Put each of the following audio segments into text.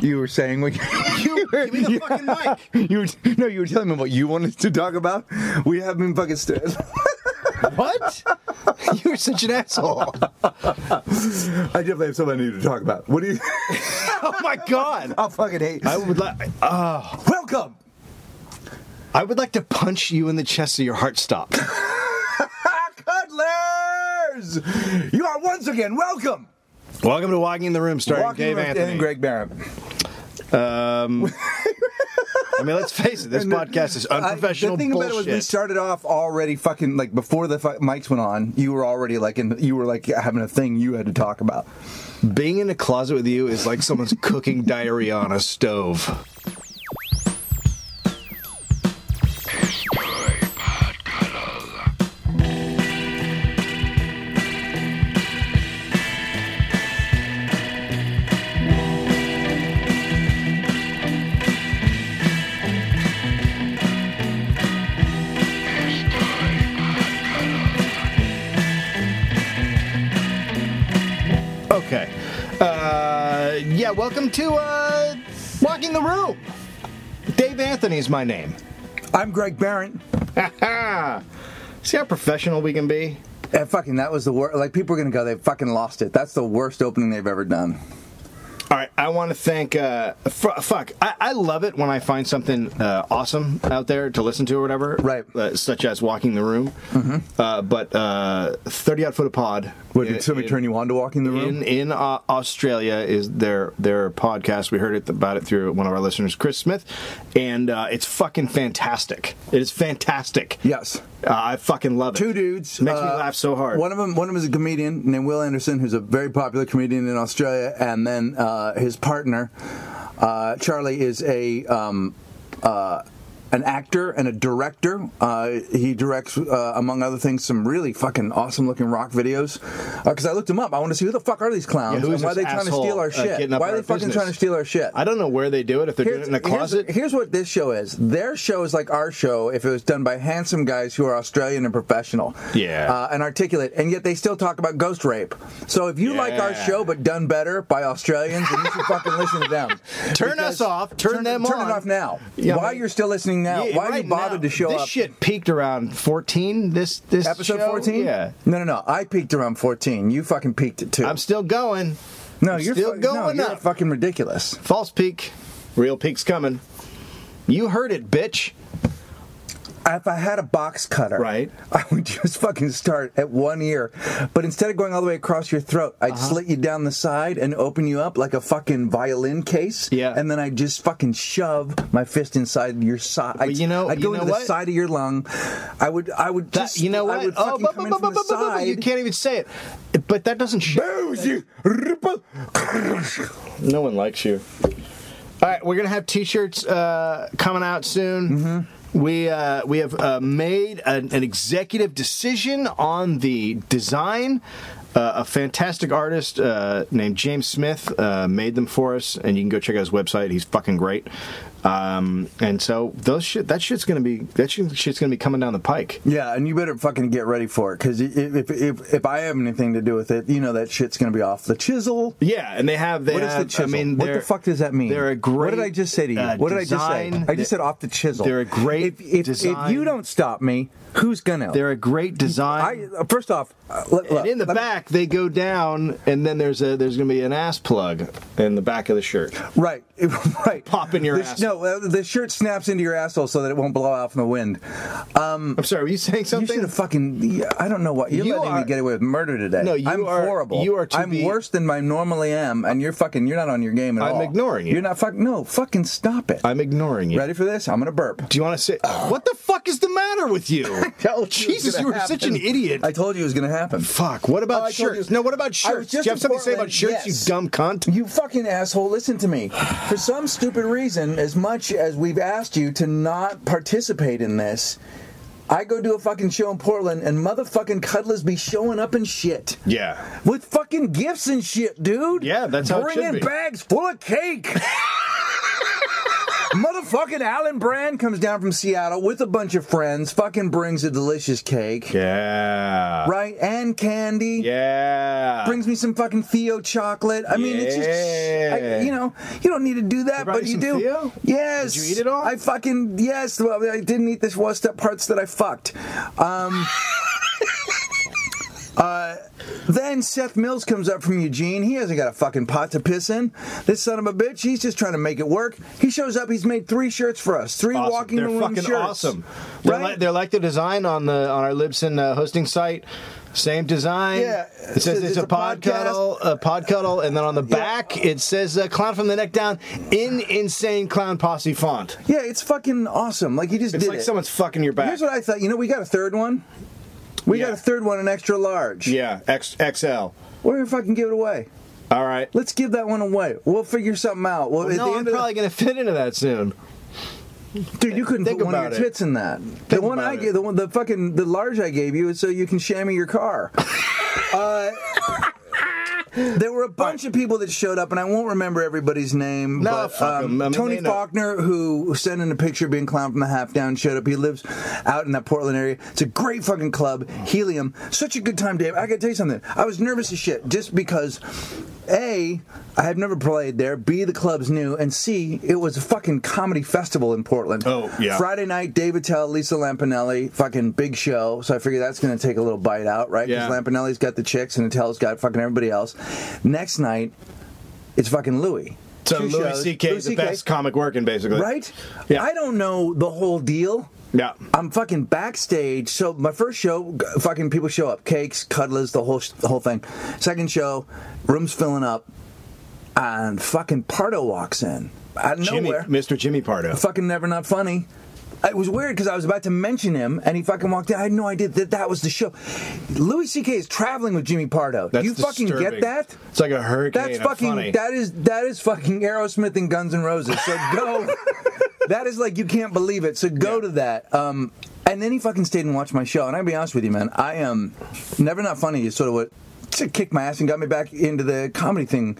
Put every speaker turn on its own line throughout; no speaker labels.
you were saying when you, you were,
Give me the fucking mic.
you were, no, you were telling me what you wanted to talk about. We have been fucking st-
What? You're such an asshole.
I definitely have something I need to talk about. What do you?
Oh my god.
I fucking hate.
I would like uh,
Welcome.
I would like to punch you in the chest so your heart stopped.
Cuddlers! You are once again welcome!
Welcome to Walking in the Room starring
Walking
Dave
with
Anthony.
and Greg Barron.
Um, I mean, let's face it, this podcast is unprofessional
I, the thing
bullshit.
about it was we started off already fucking, like, before the fu- mics went on, you were already, like, in, you were, like, having a thing you had to talk about.
Being in a closet with you is like someone's cooking diarrhea on a stove. Okay. Uh, yeah, welcome to uh, Walking the Room. Dave Anthony is my name. Ah,
I'm Greg Barron.
See how professional we can be?
And Eh, fucking, that was the worst. Like, people are going to go, they fucking lost it. That's the worst opening they've ever done.
All right, I want to thank. Uh, f- fuck, I-, I love it when I find something uh, awesome out there to listen to or whatever.
Right. Mm-hmm.
uh, such as walking the room. Uh, but uh, thirty odd foot of pod.
What,
in-
did somebody
in-
turn you on to walking the room?
in in uh, Australia is their their podcast. We heard it about it through one of our listeners, Chris Smith, and uh, it's fucking fantastic. It is fantastic.
yes.
uh, I fucking love it.
two dudes.
makes me
uh,
laugh so hard.
One of them, one of them is a comedian named Will Anderson, who's a very popular comedian in Australia, and then uh, his partner uh, Charlie is a. Um, uh, an actor and a director. Uh, he directs, uh, among other things, some really fucking awesome looking rock videos. Because I looked him up. I want to see who the fuck are these clowns
Yeah, who is
and why are
this
they trying to
asshole,
steal our
uh,
shit?
getting up
why
in
are they
our
fucking
business?
trying to steal our shit?
I don't know where they do it if they're doing it in a closet.
Here's, what this show is. Their show is like our show if it was done by handsome guys who are Australian and professional.
Yeah.
Uh, and articulate, and yet they still talk about ghost rape. So if you like our
Yeah.
show but done better by Australians, then you should fucking listen to them.
Turn us off, turn them
turn
on.
it off now.
Yeah,
why
but-
you're still listening now?
Yeah,
why
right
you bothered to
now,
show
this
up?
shit peaked around fourteen. This this
Episode
show?
14?
Yeah,
No, no, no. I peaked around 14. You fucking peaked it too.
I'm still going.
no,
I'm
you're
still
fu-
going
no, You're
up.
fucking ridiculous.
False peak, real peak's coming. You heard it, bitch.
if I had a box cutter,
Right.
I would just fucking start at one ear. But instead of going all the way across your throat, I'd
Uh-huh.
slit you down the side and open you up like a fucking violin case.
Yeah.
And then I'd just fucking shove my fist inside your side. I'd,
you know-
I'd go
you know
into
what?
the side of your lung. I would, I would
That-
just,
you know what?
I would
Oh,
fucking
bu-
come
bu-
in
bu-
from the
bu- bu- bu-
side.
You can't even say it. But that doesn't. Sh-
Booze, you ripple.
no one likes you. All right, we're gonna have T-shirts uh, coming out soon. We uh, we have uh, made an, an executive decision on the design. Uh, a fantastic artist uh, named James Smith uh, made them for us, and you can go check out his website. He's fucking great. Um, and so those shit, that shit's gonna be that shit, shit's gonna be coming down the pike.
Yeah, and you better fucking get ready for it because if, if if if I have anything to do with it, you know that shit's gonna be off the chisel.
Yeah, and they have they
What is
have,
the chisel?
I mean,
what the
they're-
fuck does that mean?
They're a great.
What did I just say to you?
uh,
what did I just say?
design-
I just said off the chisel.
They're a
If,
great
if, if
design.
you don't stop me, who's gonna?
They're a great
I
design.
uh, first off, uh, look, look,
and in the
let me-
back, they go down, and then there's a there's gonna be an ass plug in the back of the shirt.
right, right,
Pop in your
This-
asshole.
No, uh, the shirt snaps into your asshole so that it won't blow out from the wind.
I'm sorry, were you saying
You
something?
should have fucking. I don't know what you're
You
letting
are-
me get away with murder today.
No, you
I'm
are-
horrible.
you are to
I'm
be-
worse than I normally am, and you're fucking. You're not on your game at
I'm
all.
ignoring you.
You're not fucking. No, fucking stop it.
I'm ignoring you.
Ready for this? I'm gonna burp.
Do you want to say what the fuck is the matter with you? Jesus, you were such an idiot.
I told you it was going to happen.
fuck. What about
Oh, I told
shirts?
you-
No, what about
I
shirts?
was
Do you
just
have
in
something to say about
Portland,
shirts?
yes.
You dumb cunt.
You fucking asshole, listen to me. For some stupid reason, as much as we've asked you to not participate in this, I go do a fucking show in Portland and motherfucking cuddlers be showing up and shit.
Yeah.
With fucking gifts and shit, dude.
Yeah, that's how it should
Bringing
be.
bags full of cake. Motherfucking fucking Alan Brand comes down from Seattle with a bunch of friends, fucking brings a delicious cake,
Yeah.
right? And candy.
Yeah.
Brings me some fucking Theo chocolate. I mean, it's just, I,
Yeah.
you know, you don't need to do that,
brought
but
you
you do.
some Theo?
Yes.
Did you eat it all?
I fucking, yes. Well, I didn't eat this was the parts that I fucked. Um, uh, then Seth Mills comes up from Eugene. He hasn't got a fucking pot to piss in. This son of a bitch, he's just trying to make it work. He shows up, he's made three shirts for us, 3
Awesome.
walking
They're
the room
fucking
shirts.
awesome. They're,
Right?
like, they're like the design on the on our Libsyn uh, hosting site. Same design.
Yeah.
It says it's, a, pod
podcast.
cuddle, a pod cuddle, and then on the back it says uh, "clown from the neck down" in insane clown posse font.
yeah, it's fucking awesome. Like he just
It's
did
like
it.
someone's fucking your back.
Here's what I thought. You know, we got a third one. We
Yeah.
got a third one, an extra large.
yeah, X, XL. All
We're gonna fucking give it away.
right.
Let's give that one away. We'll figure something out. Well, at
No,
the
I'm
end
probably going to fit into that soon.
of the, dude, you couldn't
think
put one of
about
your
it.
tits in that. the one
about
I
it.
gave, the one, the fucking, the large I gave you is so you can chamois your car. uh, there were a bunch of people that showed up, and I won't remember everybody's name.
No,
but, um,
fuck 'em. I mean,
Tony
they know.
Faulkner, who sent in a picture being clown from the half down, showed up. He lives out in that Portland area. It's a great fucking club, Helium. Such a good time, Dave. I gotta tell you something. I was nervous as shit just because. A, I have never played there. B, the club's new, and C, it was a fucking comedy festival in Portland.
Oh, yeah.
Friday night, David Tell, Lisa Lampanelli, fucking big show. So I figure that's gonna take a little bite out, right?
Yeah.
Because Lampanelli's got the chicks, and Tell's got fucking everybody else. Next night, it's fucking Louis.
So
Two
Louis
shows.
C.K.
Louis
is the best comic working, basically.
right?
Yeah.
I don't know the whole deal.
Yeah.
I'm fucking backstage. So my first show, g- fucking people show up, cakes, cuddlers, the whole sh- the whole thing. Second show, rooms filling up, and fucking Pardo walks in out of
Jimmy,
nowhere.
Mr. Jimmy Pardo.
Fucking never not funny. It was weird because I was about to mention him, and he fucking walked in. I had no idea that that was the show. Louis C.K. is traveling with Jimmy Pardo. Do
That's
you fucking get
disturbing.
that?
It's like a hurricane.
That's
of
fucking.
funny.
That is that is fucking Aerosmith and Guns N' Roses. So go. that is like you can't believe it. So go
Yeah.
to that. Um, and then he fucking stayed and watched my show. And I'll be honest with you, man. I am never not funny. Is sort of what sort of kicked my ass and got me back into the comedy thing,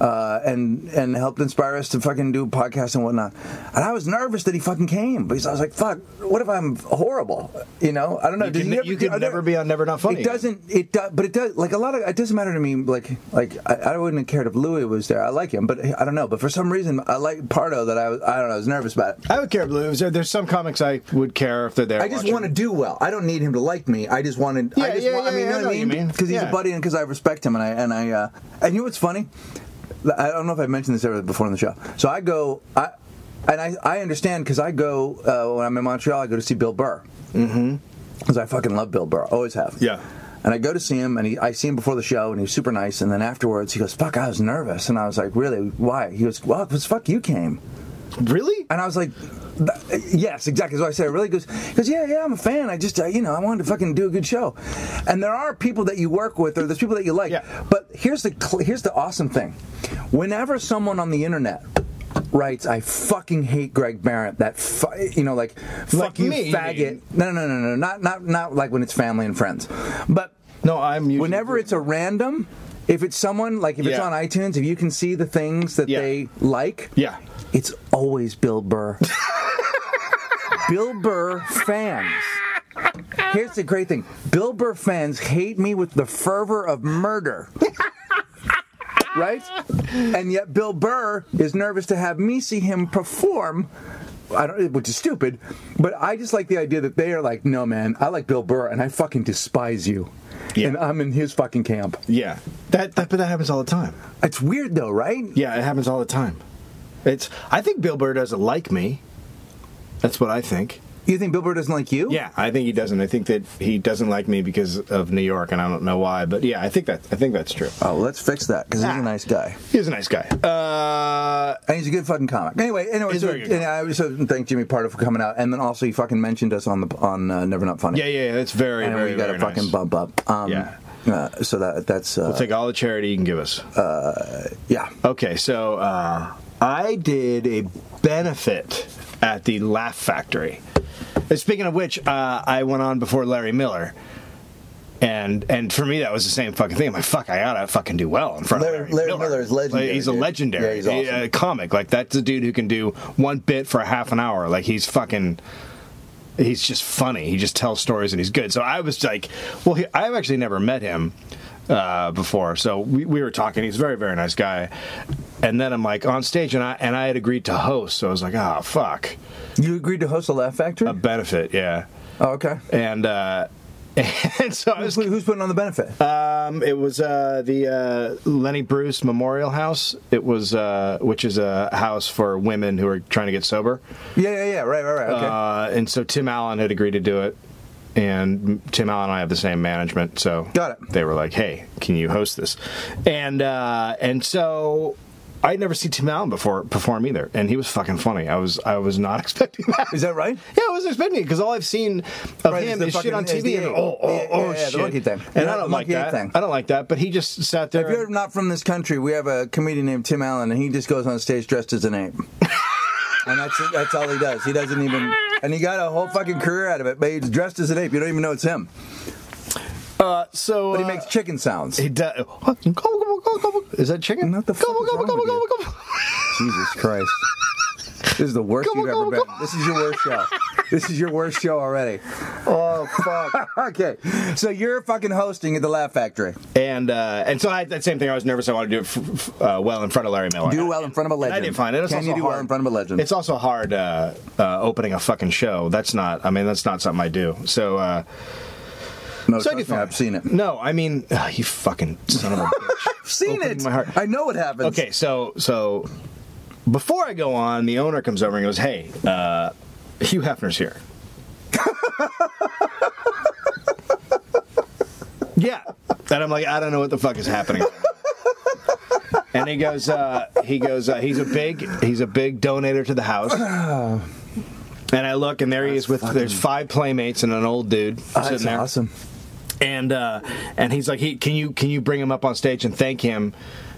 uh, and and helped inspire us to fucking do podcasts and whatnot. And I was nervous that he fucking came because I was like, fuck, what if I'm horrible? You know, I don't know.
You
Did
could,
he
ne-
ever-
you could
are there-
never be on Never Not Funny.
it doesn't. It does, but it does. Like a lot of it doesn't matter to me. Like like I, I wouldn't have cared if Louis was there. I like him, but I don't know. But for some reason, I like Pardo. That I was. I don't know. I was nervous about it.
I would care if Lou was there. There's some comics I would care if they're there.
I just
watching.
want to do well. I don't need him to like me. I just wanted. I
Yeah,
just
yeah,
want, I
yeah,
mean,
yeah,
you know what I mean? Because he's
Yeah.
a buddy and because I respect him. And I and I uh, and you know what's funny? I don't know if I mentioned this ever before on the show. So I go. I and I I understand because I go uh, when I'm in Montreal. I go to see Bill Burr. Mm-hmm. Because I fucking love Bill Burr. Always have.
Yeah.
And I go to see him, and he, I see him before the show, and he was super nice. And then afterwards, he goes, "Fuck, I was nervous." And I was like, "Really? Why?" He goes, "Well, because fuck, you came."
Really?
And I was like, th- yes, exactly. So I said, really goes, because yeah, yeah, I'm a fan. I just, uh, you know, I wanted to fucking do a good show. And there are people that you work with, or there's people that you like.
Yeah.
But here's the cl- here's the awesome thing. Whenever someone on the internet writes, "I fucking hate Greg Barrett," that fu- you know, like, fuck
Like
you,
me, you
faggot.
mean?
No, no, no, no, no, not not not like when it's family and friends, but
No, I'm usually.
whenever it's a random. If it's someone like if it's
Yeah.
on iTunes, if you can see the things that
Yeah.
they like,
Yeah.
it's always Bill Burr. Bill Burr fans. Here's the great thing Bill Burr fans hate me with the fervor of murder. right? And yet Bill Burr is nervous to have me see him perform. I don't, which is stupid, but I just like the idea that they are like, no, man, I like Bill Burr, and I fucking despise you,
Yeah.
and I'm in his fucking camp.
Yeah. That, that, but that happens all the time.
It's weird though, right?
Yeah, it happens all the time. It's. I think Bill Burr doesn't like me. That's what I think.
You think Bill Burr doesn't like you?
Yeah, I think he doesn't. I think that he doesn't like me because of New York, and I don't know why. But yeah, I think that I think that's true.
Oh, let's fix that because he's a nice guy.
He's a nice guy. Uh,
And he's a good fucking comic. Anyway, anyway,
He's
so,
very good
and I so thank Jimmy Pardo for coming out, and then also he fucking mentioned us on the on uh, Never Not Funny.
yeah, yeah, that's very,
and
very,
we got
very
a fucking
nice.
bump up. Um,
Yeah.
uh, so that that's uh,
Take all the charity you can give us.
yeah.
Okay, so uh, I did a benefit at the Laugh Factory. And speaking of which, uh, I went on before Larry Miller. And and for me, that was the same fucking thing. I'm like, fuck, I gotta fucking do well in front
Larry-
of Larry
Larry Miller is legendary,
Like, he's a
dude.
legendary.
Yeah, he's awesome.
a comic. Like that's a dude who can do one bit for a half an hour. Like he's fucking. He's just funny. He just tells stories and he's good. So I was like, well, he, I've actually never met him uh, before. So we, we were talking. He's a very very nice guy. And then I'm like on stage and I and I had agreed to host. So I was like, oh fuck,
You agreed to host a Laugh Factory?
a benefit, yeah.
oh, okay.
And uh, and so I was
Who- Who's putting on the benefit?
Um, it was uh, the uh, Lenny Bruce Memorial House. It was uh, which is a house for women who are trying to get sober.
yeah, yeah, yeah. Right, right, right. Okay.
Uh, and so Tim Allen had agreed to do it, and Tim Allen and I have the same management, so
Got it.
They were like, "Hey, can you host this?" And uh, and so. I'd never seen Tim Allen before perform either, and he was fucking funny. I was I was not expecting that.
is that right?
Yeah, I wasn't expecting it because all I've seen of
Right,
him
it's
is
the
shit on
fucking
TV. And,
SDA.
oh, oh,
Yeah,
oh,
yeah, yeah, the
shit.
monkey thing.
And
Yeah,
I
the
don't like
monkey
that.
thing.
I don't like that. But he just sat there.
If you're not from this country, we have a comedian named Tim Allen, and he just goes on stage dressed as an ape. and that's that's all he does. He doesn't even. And he got a whole fucking career out of it, but he's dressed as an ape. You don't even know it's him.
uh, so
But he
uh,
makes chicken sounds.
He does. Gobble, gobble, gobble, gobble. Is that chicken?
What the fuck
gobble,
is
gobble,
wrong
gobble,
with you?
gobble, gobble.
Jesus Christ. This is the worst
Come on,
you've ever
come on,
been.
come
This is your worst show. This is your worst show already.
Oh fuck!
Okay. So you're fucking hosting at the Laugh Factory.
and uh, and so I had that same thing. I was nervous. I wanted to do it f- f- uh, well in front of Larry Miller.
Do well in front of a
And
legend.
I didn't find it. It's
Can
also
you do
hard.
well in front of a legend?
It's also hard uh, uh, opening a fucking show. That's not. I mean, that's not something I do. So. Uh,
no,
So I
trust
did
me,
fine.
I've seen it.
No, I mean, ugh, you fucking son of a bitch.
I've seen
Opening
it.
my heart.
I know what happens.
Okay, so so before I go on, the owner comes over and goes, "Hey, uh, Hugh Hefner's here." yeah, and I'm like, I don't know what the fuck is happening. and he goes, uh, he goes, uh, he's a big, he's a big donator to the house. And I look, and there he is with there's five playmates and an old dude
Oh,
sitting
that's
there
awesome.
and uh, and he's like, he, can you can you bring him up on stage and thank him,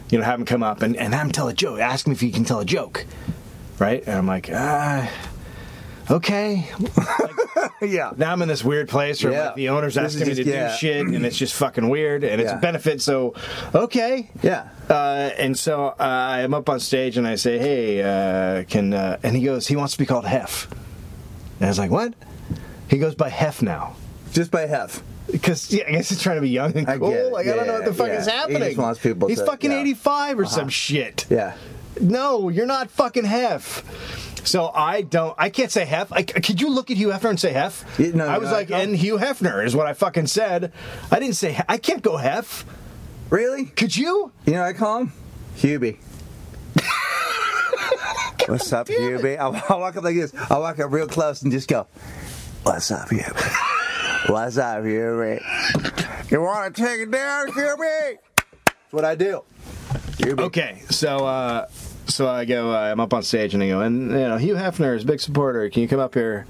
you know, have him come up and and have him tell a joke. Ask him if he can tell a joke, right? And I'm like, uh, okay.
Yeah.
Now I'm in this weird place where
Yeah.
like, the owner's
This is
asking me to
just- yeah.
do shit, and it's just fucking weird, and it's
Yeah.
a benefit. So, okay,
Yeah.
uh, and so uh, I'm up on stage and I say, "Hey, uh, can?" Uh, and he goes, "He wants to be called Hef." And I was like, "What?" He goes by Hef now.
Just by half.
Because yeah, I guess he's trying to be young and
I
cool.
get it.
Like I
Yeah,
don't know what the fuck
yeah.
is
He just
happening.
wants people
He's
to-
fucking
yeah. Uh-huh.
eighty five or some shit.
Yeah.
No, you're not fucking Hef. So I don't. I can't say Hef. I, could you look at Hugh Hefner and say Hef?
Yeah, no,
I was
no,
like,
no.
and Hugh Hefner is what I fucking said. I didn't say. Hef- I can't go Hef.
Really?
Could you?
You know what I call him? Hubie. What's up, Hubie? I'll, I'll walk up like this. I'll walk up real close and just go, What's up, Hubie? What's up, Hubie? You want to take it down, Hubie? That's what I do. Hubie.
Okay, so uh, so I go. Uh, I'm up on stage and I go, and you know, Hugh Hefner is a big supporter. Can you come up here?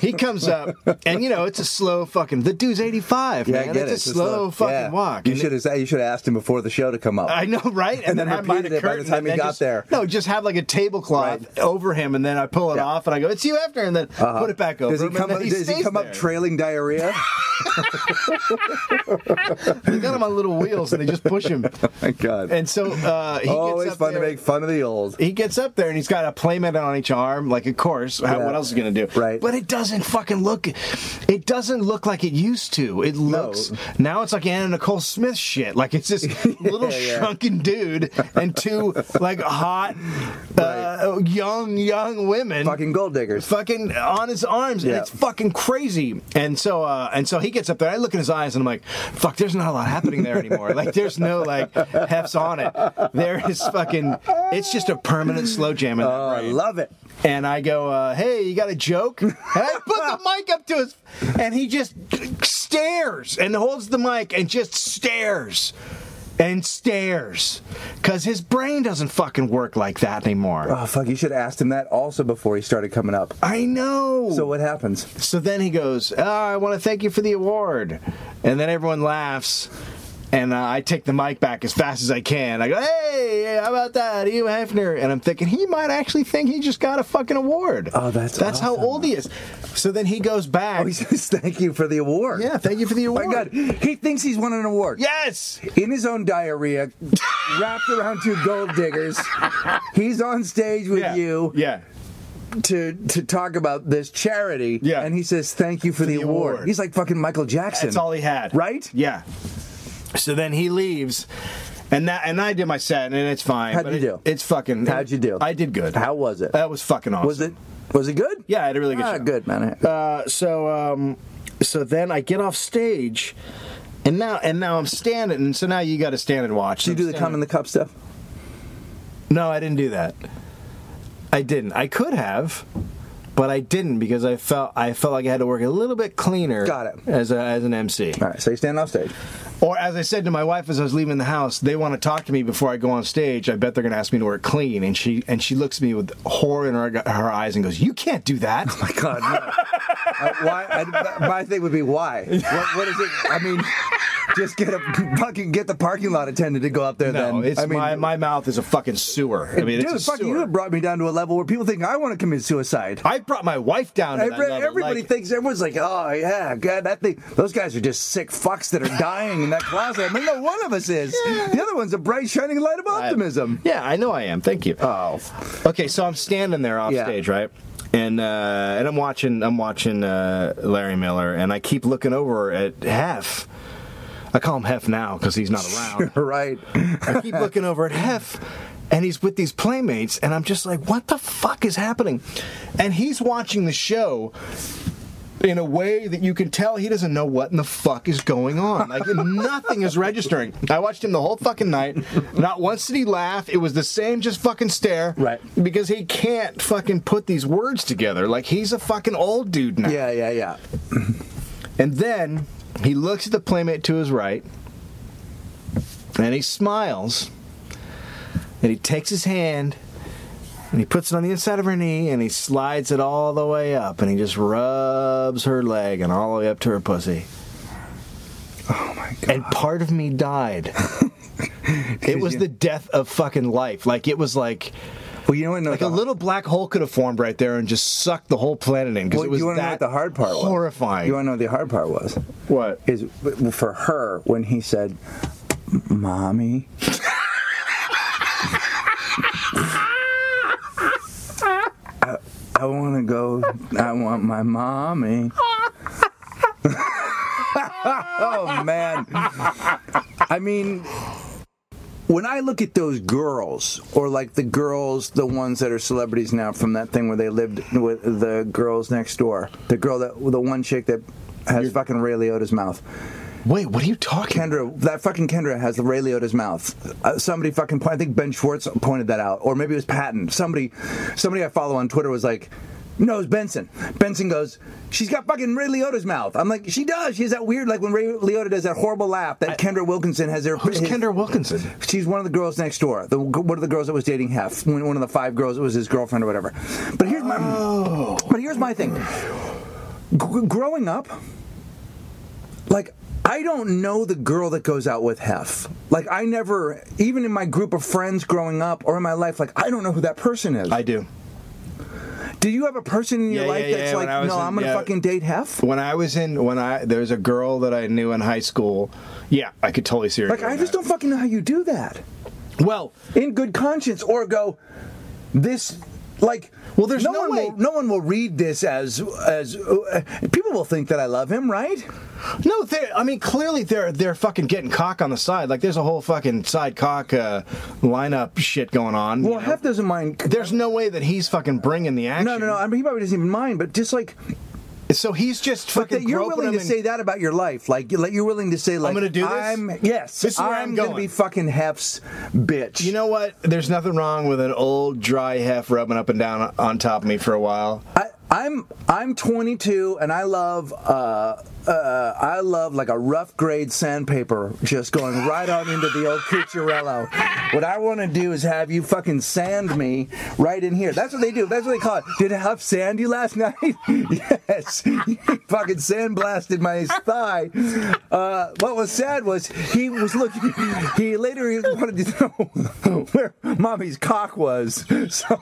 He comes up, and you know, it's a slow fucking. The dude's 85,
Yeah, I
man.
get it.
it's a
Just
slow
look-
fucking
yeah.
walk.
You
And
should have said, you should have asked him before the show to come up.
I know, right? And,
then
I'm by
repeated it by the
curtain
time
and
he
then
got
just-
there.
No, just have like a tablecloth
Right.
over him, and then I pull it
Yeah. Uh-huh.
off, and I go, "It's you after," and then put it back over.
Does he
him,
come
and then
up, does he
stays
come
there.
up trailing diarrhea?
They got him on little wheels, and they just push him.
My God.
And so uh, he
Always
gets up
fun
there,
to make fun of the old.
he gets up there and he's got a playmate on each arm, like of course. How,
Yeah.
What else is he gonna do?
Right.
But it doesn't fucking look. It doesn't look like it used to. It looks now it's like Anna Nicole Smith shit. Like it's this little
yeah.
shrunken dude and two like hot, uh, young young women
Fucking gold diggers.
fucking on his arms,
Yeah.
and it's fucking crazy. And so, uh, and so he gets up there. I look in his eyes, and I'm like, "Fuck, there's not a lot happening there anymore. like, there's no like hefts on it. There is fucking. It's just a permanent slow jam in that
Oh, I
brain.
love it.
And I go, uh, "Hey, you got a joke?" And I put the mic up to his, and he just stares and holds the mic and just stares. And stares, cause his brain doesn't fucking work like that anymore.
Oh fuck! You should have asked him that also before he started coming up.
I know.
So what happens?
"Ah, So then he goes, oh, I want to thank you for the award. And then everyone laughs. and uh, I take the mic back as fast as I can. I go, "Hey, how about that, Hugh Hefner?" And I'm thinking he might actually think he just got a fucking award.
Oh, that's
that's how
awesome.
old he is. So then he goes back.
Oh, he says thank you for the award. Oh
yeah, thank you for the
My
award.
God, he thinks he's won an award.
Yes.
In his own diarrhea, wrapped around two gold diggers. He's on stage with
yeah.
you
Yeah.
to to talk about this charity.
Yeah.
And he says thank you for, the,
the
award.
award.
He's like fucking Michael Jackson.
That's all he had.
Right?
Yeah. So then he leaves. And that, and I did my set, and it's fine.
How'd
but
you
it-
do?
It's fucking.
How'd you do?
I did good.
How was it?
That was fucking awesome.
Was it was it good?
Yeah, I had a really good
Ah,
show.
good man.
Uh, so um, so then I get off stage, and now and now I'm standing. And so now you got to stand and watch.
Do you
I'm
do the
standing-
cum in the cup stuff?
No, I didn't do that. I didn't. I could have, but I didn't because I felt I felt like I had to work a little bit cleaner.
Got it.
As a, as an MC,
All right, so you stand off stage.
or as I said to my wife as I was leaving the house, they want to talk to me before I go on stage. I bet they're going to ask me to wear clean, and she and she looks at me with horror in her, her eyes and goes, "You can't do that."
My God, no. Uh, why? I, my thing would be why? What, what is it? I mean, just get a fucking get the parking lot attendant to go up there.
No,
then
it's
I mean,
my, my mouth is a fucking sewer. I mean,
dude,
it's a
fucking, you
sewer.
have brought me down to a level where people think I want to commit suicide.
I brought my wife down to that
Every-
level.
everybody
like,
thinks everyone's like, oh yeah, God, that thing. Those guys are just sick fucks that are dying in that closet. I mean, no one of us is. The other one's a bright shining light of optimism.
Yeah, I know I am. Thank you.
oh,
Okay, so I'm standing there off
Yeah.
stage, right? And uh, and I'm watching I'm watching uh, Larry Miller, and I keep looking over at Hef. I call him Hef now because he's not around.
right.
I keep looking over at Hef, and he's with these playmates, and I'm just like, what the fuck is happening? And he's watching the show in a way that you can tell he doesn't know what in the fuck is going on. Like nothing is registering. I watched him the whole fucking night. Not once did he laugh. It was the same just fucking stare.
Right.
Because he can't fucking put these words together. Like he's a fucking old dude now.
Yeah, yeah, yeah.
And then he looks at the playmate to his right and he smiles and he takes his hand and he puts it on the inside of her knee and he slides it all the way up and he just rubs her leg and all the way up to her pussy.
Oh my God.
And part of me died. it was the death of fucking life. Like it was like
well, you know what? No,
like a little black hole could have formed right there and just sucked the whole planet in because
Well,
it was
you wanna know
that
what the hard part was?
horrifying.
You want to know what the hard part was?
what?
Is for her when he said, "Mommy." I, I want to go. I want my mommy. oh man! I mean, when I look at those girls, or like the girls, the ones that are celebrities now from that thing where they lived with the girls next door, the girl that, the one chick that has fucking Ray Liotta's mouth.
Wait, what are you talking
Kendra, that fucking Kendra has the Ray Liotta's mouth. Uh, somebody fucking, point, I think Ben Schwartz pointed that out, or maybe it was Patton. Somebody, somebody I follow on Twitter was like, "No, it's Benson." Benson goes, "She's got fucking Ray Liotta's mouth." I'm like, "She does. She has that weird, like when Ray Liotta does that horrible laugh that Kendra Wilkinson has." Their
Who's
his-
Kendra Wilkinson?
She's one of the girls next door. The one of the girls that was dating Hef. One one of the five girls that was his girlfriend or whatever. But here's my.
Oh.
But here's my thing. G- growing up, like I don't know the girl that goes out with Hef. Like I never, even in my group of friends growing up or in my life, like I don't know who that person is.
I do.
Do you have a person in your
Yeah,
life
yeah,
that's
yeah, when I
like,
was
no,
in-
I'm gonna
yeah.
fucking date Hef?
When I was in, when I there's a girl that I knew in high school. Yeah, I could totally see her.
Like
doing
I just
that.
don't fucking know how you do that.
Well,
in good conscience or go this like
Well, there's no
one
way-
will, no one will read this as as uh, people will think that I love him right
no, they I mean, clearly they're they're fucking getting cock on the side. Like there's a whole fucking side cock uh, lineup shit going on. you
well
know?
Hef doesn't mind
there's no way that he's fucking bringing the action.
no no no I mean he probably doesn't even mind but just like
So he's just
but
fucking.
that you're
groping
willing
him
to say that about your life like you- like you're willing to say like
gonna do this?
I'm yes
This is where I'm
gonna
going.
be fucking Hef's bitch
You know what? There's nothing wrong with an old dry hef rubbing up and down on top of me for a while.
I, I'm I'm 22 and I love uh, uh, I love like a rough grade sandpaper just going right on into the old cucharello. What I want to do is have you fucking sand me right in here. That's what they do. That's what they call it. Did I have sand you last night? yes. You fucking sandblasted my thigh. Uh, what was sad was he was looking. He later he wanted to know where mommy's cock was. So.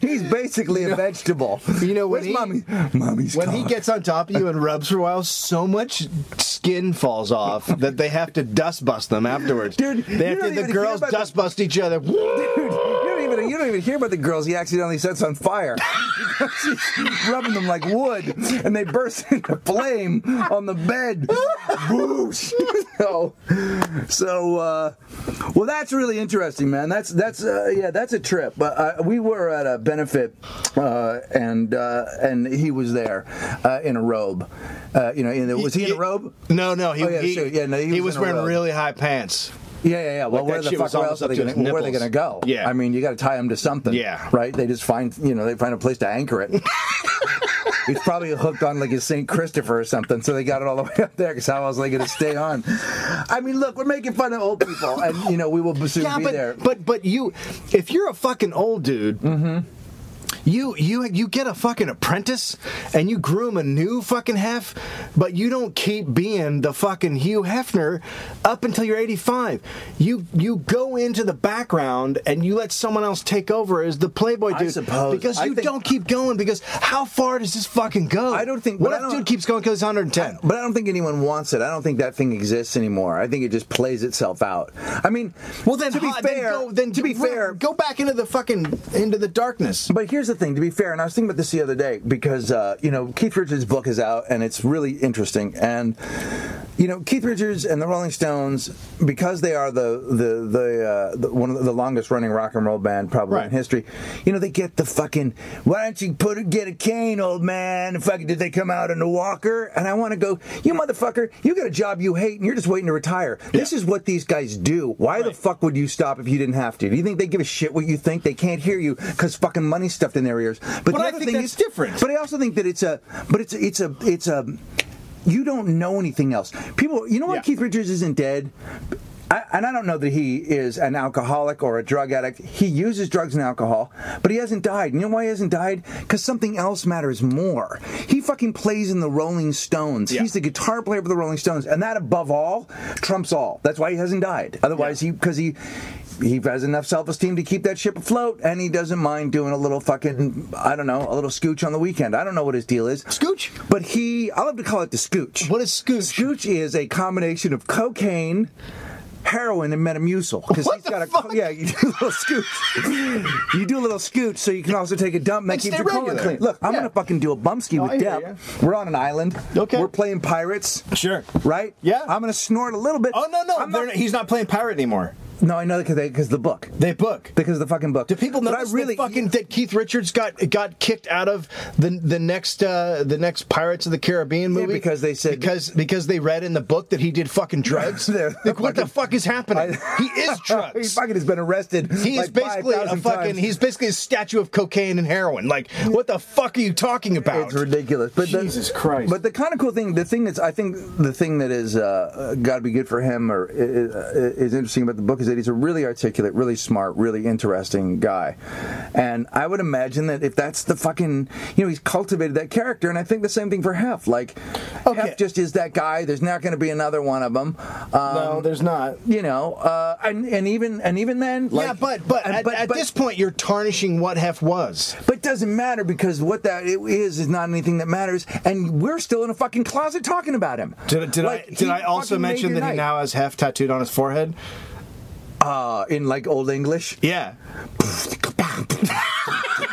He's basically a vegetable.
You know, when
Where's
he-
mommy? Mommy's
When he
cock.
gets on top of you and rubs for a while, so much skin falls off that they have to dust bust them afterwards.
Dude,
they have
you
to,
don't even
the
care
girls
about
dust bust each other.
Dude, you don't even you don't even hear about the girls he accidentally sets on fire. He's rubbing them like wood, and they burst into flame on the bed. Whoosh! so, so uh, well, that's really interesting, man. That's that's uh, yeah, that's a trip. But uh, we were at a benefit, uh, and uh, and he was there uh, in a robe. Uh, you know, and was he in a robe?
No, no. He,
Oh, yeah,
he,
sure. Yeah, no, he
he,
was
was,
in a
wearing
robe.
really high pants.
Yeah, yeah, yeah. Well,
Like,
where
that
the
shit
fuck
was
where else
almost up
are they
to
gonna,
his
where are they
nipples.
gonna go?
Yeah.
I mean, you got to tie them to something.
Yeah.
right. They just find you know they find a place to anchor it. It's probably hooked on like a St. Christopher or something, so they got it all the way up there. Because how else are they going to stay on? I mean, look, we're making fun of old people, and you know we will soon
yeah,
be
but,
there.
but but you, if you're a fucking old dude,
Mm-hmm.
you you you get a fucking apprentice and you groom a new fucking hef, but you don't keep being the fucking Hugh Hefner up until you're 85. You you go into the background and you let someone else take over as the Playboy
I
dude,
suppose.
because
I
you
think-
don't keep going. Because how far does this fucking go?
I don't think-
What
but
if
I don't-
dude keeps going because he's 110?
But I don't think anyone wants it. I don't think that thing exists anymore. I think it just plays itself out. I mean,
well Ah, then,
to be
huh,
fair,
then, go, then
to be
go-
fair,
go back into the fucking into the darkness.
But here's the thing, to be fair, and I was thinking about this the other day because uh, you know Keith Richards' book is out and it's really interesting. And you know Keith Richards and the Rolling Stones, because they are the the the, uh, the one of the longest running rock and roll band probably
Right.
in history. You know they get the fucking why don't you put a, get a cane, old man? And fucking did they come out in a walker? And I want to go, you motherfucker, you got a job you hate and you're just waiting to retire. This is what these guys do. Why the
Right.
fuck would you stop if you didn't have to? Do you think they give a shit what you think? They can't hear you because fucking money's stuffed in their ears. But, the
I
other
think
thing
that's
is,
different.
But I also think that it's a, but it's it's a it's a, you don't know anything else. People, you know what?
Yeah.
Keith Richards isn't dead. I, and I don't know that he is an alcoholic or a drug addict. He uses drugs and alcohol, but he hasn't died. You know why he hasn't died? Because something else matters more. He fucking plays in the Rolling Stones.
Yeah.
He's the guitar player for the Rolling Stones, and that above all trumps all. That's why he hasn't died. Otherwise, he because he he has enough self-esteem to keep that ship afloat, and he doesn't mind doing a little fucking I don't know a little scooch on the weekend. I don't know what his deal is.
Scooch.
But he, I love to call it the scooch.
What is scooch?
Scooch is a combination of cocaine, heroin, and metamucil. Because
What
he's
the
got a
fuck?
yeah, you do a little scooch. you do a little scooch, so you can also take a dump and that
Like,
keeps
stay
your colon
regular.
clean. Look, I'm
Yeah.
gonna fucking do a bump ski
Oh, I
with
hear
Deb.
ya.
We're on an island.
Okay.
We're playing pirates.
Sure.
Right?
Yeah.
I'm gonna snort a little bit.
Oh no, no,
I'm
they're
not,
not, he's not playing pirate anymore.
no, I know because because the book,
They book.
because of the fucking book.
Do people
But
know
I really e-
fucking that Keith Richards got got kicked out of the the next uh, the next Pirates of the Caribbean
Yeah,
movie
because they said-
because because they read in the book that he did fucking drugs.
They're-
like, what the fuck is happening?
I-
he is
he
drugs.
fucking has been arrested.
He is
like
basically a
5,000
fucking.
times.
He's basically a statue of cocaine and heroin. Like, what the fuck are you talking about?
It's ridiculous. But
Jesus
the,
Christ.
But the kind of cool thing, the thing that's, I think, the thing that is uh, got to be good for him or i- i- is interesting about the book is that he's a really articulate, really smart, really interesting guy. And I would imagine that if that's the fucking, you know, he's cultivated that character, and I think the same thing for Hef. Like,
Okay.
Hef just is that guy. There's not going to be another one of them. Um,
no, there's not.
You know, uh, and and even and even then, like,
yeah, but but,
and-
at, at this point, you're tarnishing what Hef was.
but it doesn't matter because what that it is is not anything that matters, and we're still in a fucking closet talking about him.
Did, did
Like,
I
he
did I also
fucking made
mention
your
that he
night.
now has half tattooed on his forehead?
uh, in like old English,
Yeah,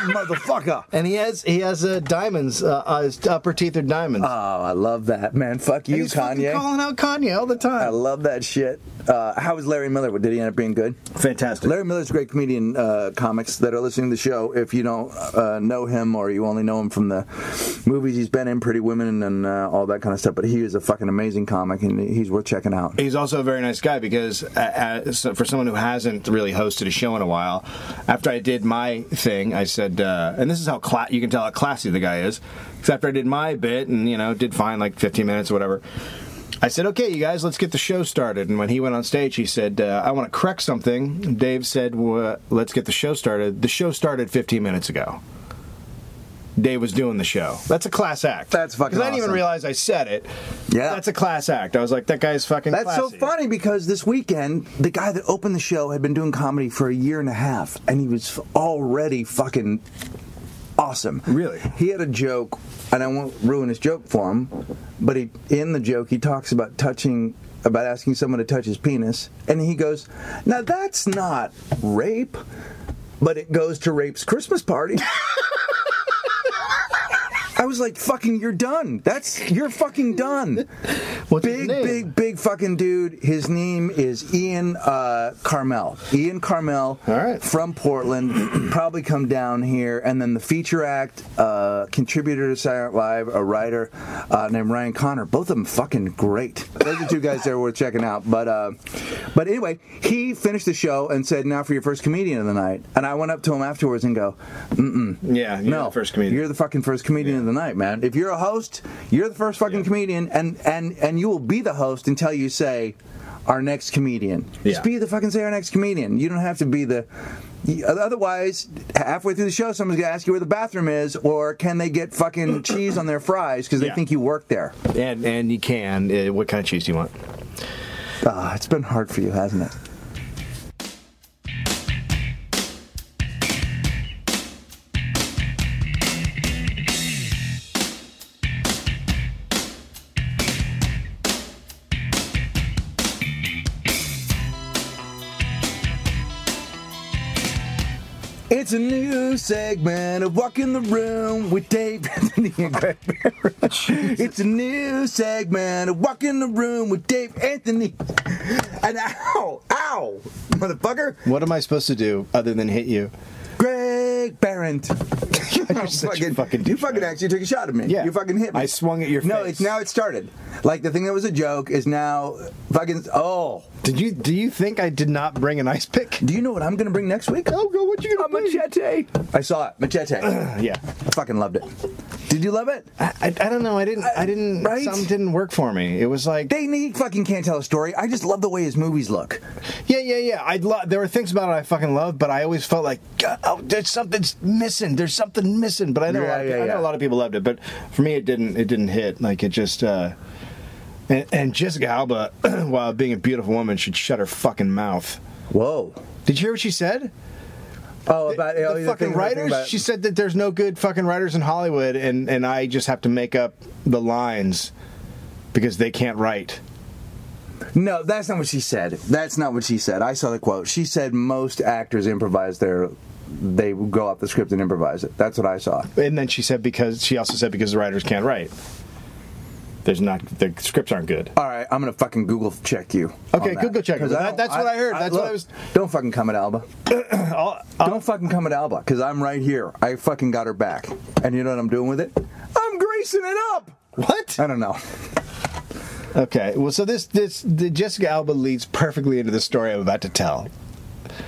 motherfucker?
and he has he has uh, diamonds. Uh, uh, his upper teeth are diamonds.
Oh, I love that man. Fuck Uh, you,
He's fucking
Kanye.
calling out Kanye all the
I
time.
love that shit. Uh, how is Larry Miller? Did he end up being good?
Fantastic.
Larry Miller's a great comedian. Uh, comics that are listening to the show, if you don't uh, know him or you only know him from the movies he's been in, Pretty Women and uh, all that kind of stuff, but he is a fucking amazing comic and he's worth checking out.
He's also a very nice guy because uh, uh, so for someone who hasn't really hosted a show in a while, after I did my thing, I said, uh, and this is how cla- you can tell how classy the guy is. Because after I did my bit and you know did fine, like 15 minutes or whatever, I said, "Okay, you guys, let's get the show started." And when he went on stage, he said, uh, "I want to correct something." Dave said, "Wha- "Let's get the show started." The show started 15 minutes ago. Dave was doing the show. That's a class act.
That's fucking
'Cause I didn't even
awesome.
realize I said it.
Yeah.
that's a class act. I was like, that guy's fucking.
That's so
classy.
funny because this weekend, the guy that opened the show had been doing comedy for a year and a half, and he was already fucking awesome.
Really?
He had a joke, and I won't ruin his joke for him, but he, in the joke, he talks about touching, about asking someone to touch his penis, and he goes, Now that's not rape, but it goes to rape's Christmas party. I was like, fucking, you're done. That's, you're fucking done.
What's his
big,
name?
big, big fucking dude. His name is Ian uh, Carmel. Ian Carmel
All right.
from Portland. probably come down here. And then the feature act, uh, contributor to Silent Live, a writer uh, named Ryan Connor. Both of them fucking great. Those are two guys that are worth checking out. But, uh, but anyway, he finished the show and said, now for your first comedian of the night. And I went up to him afterwards and go,
Yeah, you're
no,
the first comedian.
You're the fucking first comedian of the night, man. If you're a host, you're the first fucking
Yeah.
comedian, and and and you will be the host until you say our next comedian.
Yeah.
Just be the fucking say our next comedian. You don't have to be the. y- Otherwise, halfway through the show, someone's gonna ask you where the bathroom is, or can they get fucking cheese on their fries because they
Yeah.
think you work there.
and and you can. Uh, what kind of cheese do you want?
Ah, it's been hard for you, hasn't it? It's a new segment of Walk in the Room with Dave Anthony and Greg Barrett. It's a new segment of Walk in the Room with Dave Anthony. And ow, ow, motherfucker,
What am I supposed to do other than hit you?
Greg Barrett.
You're such a fucking
you
douchebag.
fucking actually took a shot at me.
Yeah.
You fucking hit me.
I swung at your
no,
face.
it's now it started. Like the thing that was a joke is now fucking. Oh,
Did you do you think I did not bring an ice pick?
do you know what I'm gonna bring next week?
Oh, girl, what you
A
gonna bring?
machete. I saw it. Machete. I
Yeah,
fucking loved it. Did you love it?
I, I, I don't know. I didn't. I didn't.
Right?
Some didn't work for me. It was like,
They he fucking can't tell a story. I just love the way his movies look.
yeah, yeah, yeah. I lo- there were things about it I fucking loved, but I always felt like, God, oh, there's something's missing. There's something missing. But I know, a lot of,
Yeah,
pe-
yeah,
I know
yeah.
a lot of people loved it, but for me, it didn't. It didn't hit. Like it just. uh and, and Jessica Alba, while being a beautiful woman, should shut her fucking mouth.
Whoa.
Did you hear what she said?
Oh, about oh,
the
thing
fucking
about-
writers.
about-
She said that there's no good fucking writers in Hollywood, and and I just have to make up the lines because they can't write.
no, that's not what she said. That's not what she said. I saw the quote. She said most actors improvise their. They go off the script and improvise it. That's what I saw.
And then she said because she also said because the writers can't write. There's not the scripts aren't good.
All right, I'm gonna fucking Google check you.
Okay,
on that.
Google check it.
'Cause
That-
don't-
that's what I heard. That's what I was- Uh,
Don't fucking come at Alba. don't fucking come at Alba, because I'm right here. I fucking got her back, and you know what I'm doing with it? I'm greasing it up.
What?
I don't know.
Uh, Okay. Well, so this this the Jessica Alba leads perfectly into the story I'm about to tell.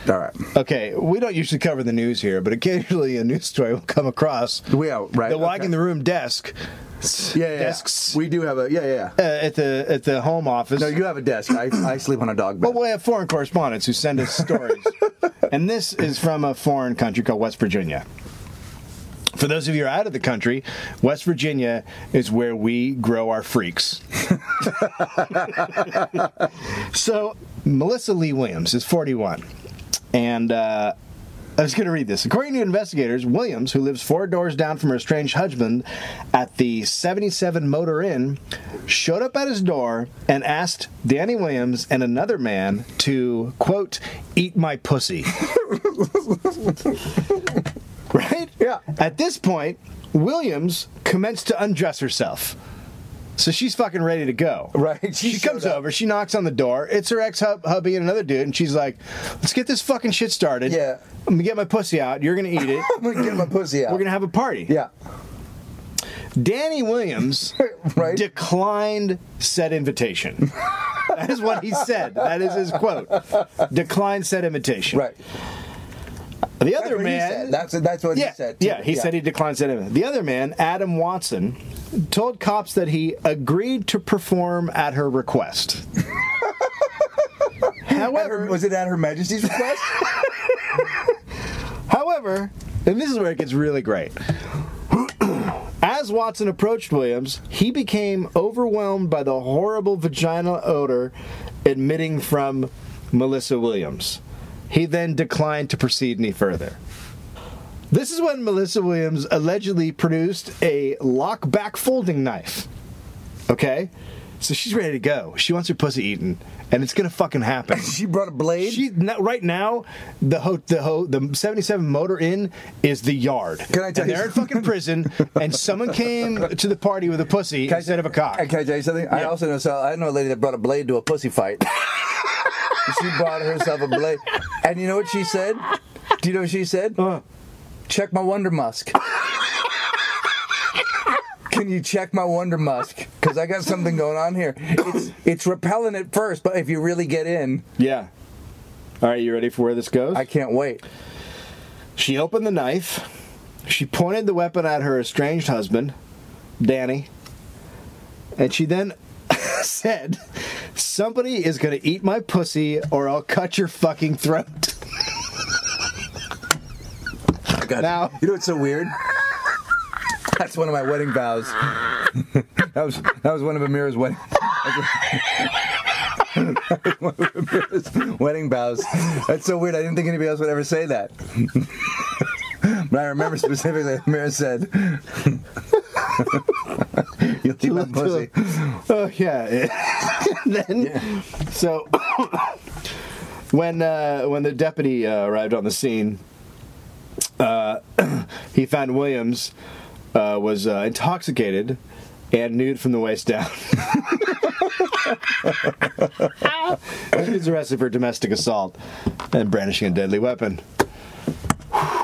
All right,
Okay, we don't usually cover the news here, but occasionally a news story will come across
we out right.
the walk
okay.
in the room desk.
yeah, yeah, yeah.
desks.
We do have a yeah, yeah.
uh, at the at the home office.
No, you have a desk. I, I sleep on a dog bed.
But we have foreign correspondents who send us stories. and this is from a foreign country called West Virginia. For those of you who are out of the country, West Virginia is where we grow our freaks. so, Melissa Lee Williams is 41. And uh, I was going to read this. According to investigators, Williams, who lives four doors down from her estranged husband at the 77 Motor Inn, showed up at his door and asked Danny Williams and another man to, quote, eat my pussy. right?
Yeah.
At this point, Williams commenced to undress herself. So she's fucking ready to go.
Right.
She,
She
comes
showed up.
over. She knocks on the door. It's her ex hubby and another dude, and she's like, "Let's get this fucking shit started.
Yeah.
I'm gonna get my pussy out. You're gonna eat it.
I'm gonna get my pussy out.
We're gonna have a party."
yeah.
Danny Williams
Right.
declined said invitation. that is what he said. That is his quote. Declined said invitation.
Right.
The other
That's what he said.
man.
That's that's what
yeah,
he said.
yeah, he said he declined said invitation. The other man, Adam Watson, told cops that he agreed to perform at her request.
At her-
however,
was it at Her Majesty's request?
However, and this is where it gets really great. As Watson approached Williams, he became overwhelmed by the horrible vaginal odor emitting from Melissa Williams. He then declined to proceed any further. This is when Melissa Williams allegedly produced a lockback folding knife. Okay? So she's ready to go. She wants her pussy eaten, and it's gonna fucking happen.
she brought a blade.
She no, right now the ho, the ho, the seventy seven motor inn is the yard.
Can I tell
and
you
They're in fucking prison, and someone came to the party with a pussy
Can I-
instead of a cock.
Can I tell you something? I
Yeah.
also know so I know a lady that brought a blade to a pussy fight. she brought herself a blade, and you know what she said? Do you know what she said?
Uh,
Check my Wonder Musk. Can you check my Wonder Musk? Because I got something going on here. It's it's repelling at first, but if you really get in,
yeah. All right, you ready for where this goes?
I can't wait.
she opened the knife. She pointed the weapon at her estranged husband, Danny, and she then said, "Somebody is going to eat my pussy, or I'll cut your fucking throat."
God.
Now-
you know what's so weird? That's one of my wedding vows. that was that was one of Amira's wedding. one of Amira's wedding vows. That's so weird. I didn't think anybody else would ever say that. but I remember specifically Amira said, "You'll keep my pussy."
Oh yeah. And then so when uh, when the deputy uh, arrived on the scene, uh, he found Williams uh, was uh, intoxicated and nude from the waist down. she was arrested for domestic assault and brandishing a deadly weapon.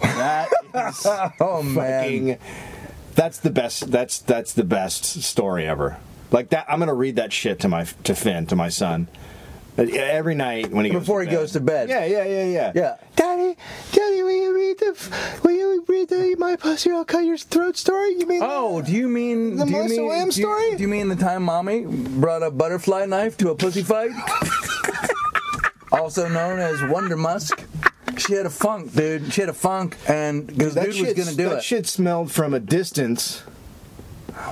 That is
Oh man!
fucking- that's the best that's that's the best story ever like that i'm gonna read that shit to my to finn to my son Uh, every night when he goes
Before
to
he
bed.
goes to bed.
yeah yeah yeah yeah
Yeah.
daddy daddy will you read the f- will you read the eat my pussy or i'll cut your throat story you mean
Oh, do you mean
The
do you
Melissa
mean,
Williams
do you-
story?
Do you mean the time mommy brought a butterfly knife to a pussy fight? also known as Wonder Musk. She had a funk, dude. She had a funk, and because
that
dude was
shit,
gonna do
that
it.
shit smelled from a distance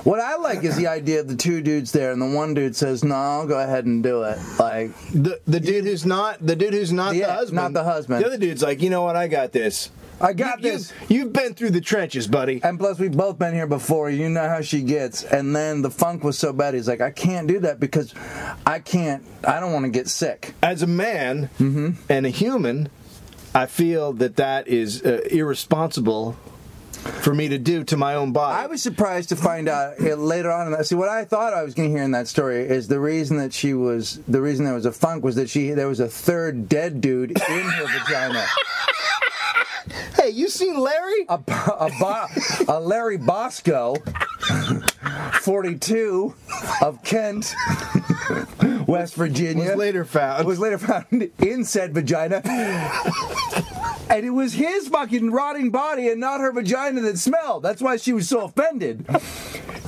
What I like is the idea of the two dudes there, and the one dude says, "No, I'll go ahead and do it." Like,
the the dude who's not the dude who's not
Yeah,
the husband
not the husband.
the other dude's like you know what i got this
I got
You- you-
this.
you've been through the trenches buddy
And plus, we've both been here before. You know how she gets. And then the funk was so bad, he's like, "I can't do that because I can't. I don't want to get sick."
as a man
Mm-hmm.
and a human, I feel that that is uh, irresponsible for me to do to my own body.
I was surprised to find out uh, later on in that. See, what I thought I was going to hear in that story is the reason that she was the reason there was a funk was that she there was a third dead dude in her vagina.
hey, you seen Larry?
A, a, Bo- a Larry Bosco, 42, of Kent, West Virginia,
was later found.
was later found in said vagina. And it was his fucking rotting body and not her vagina that smelled. That's why she was so offended.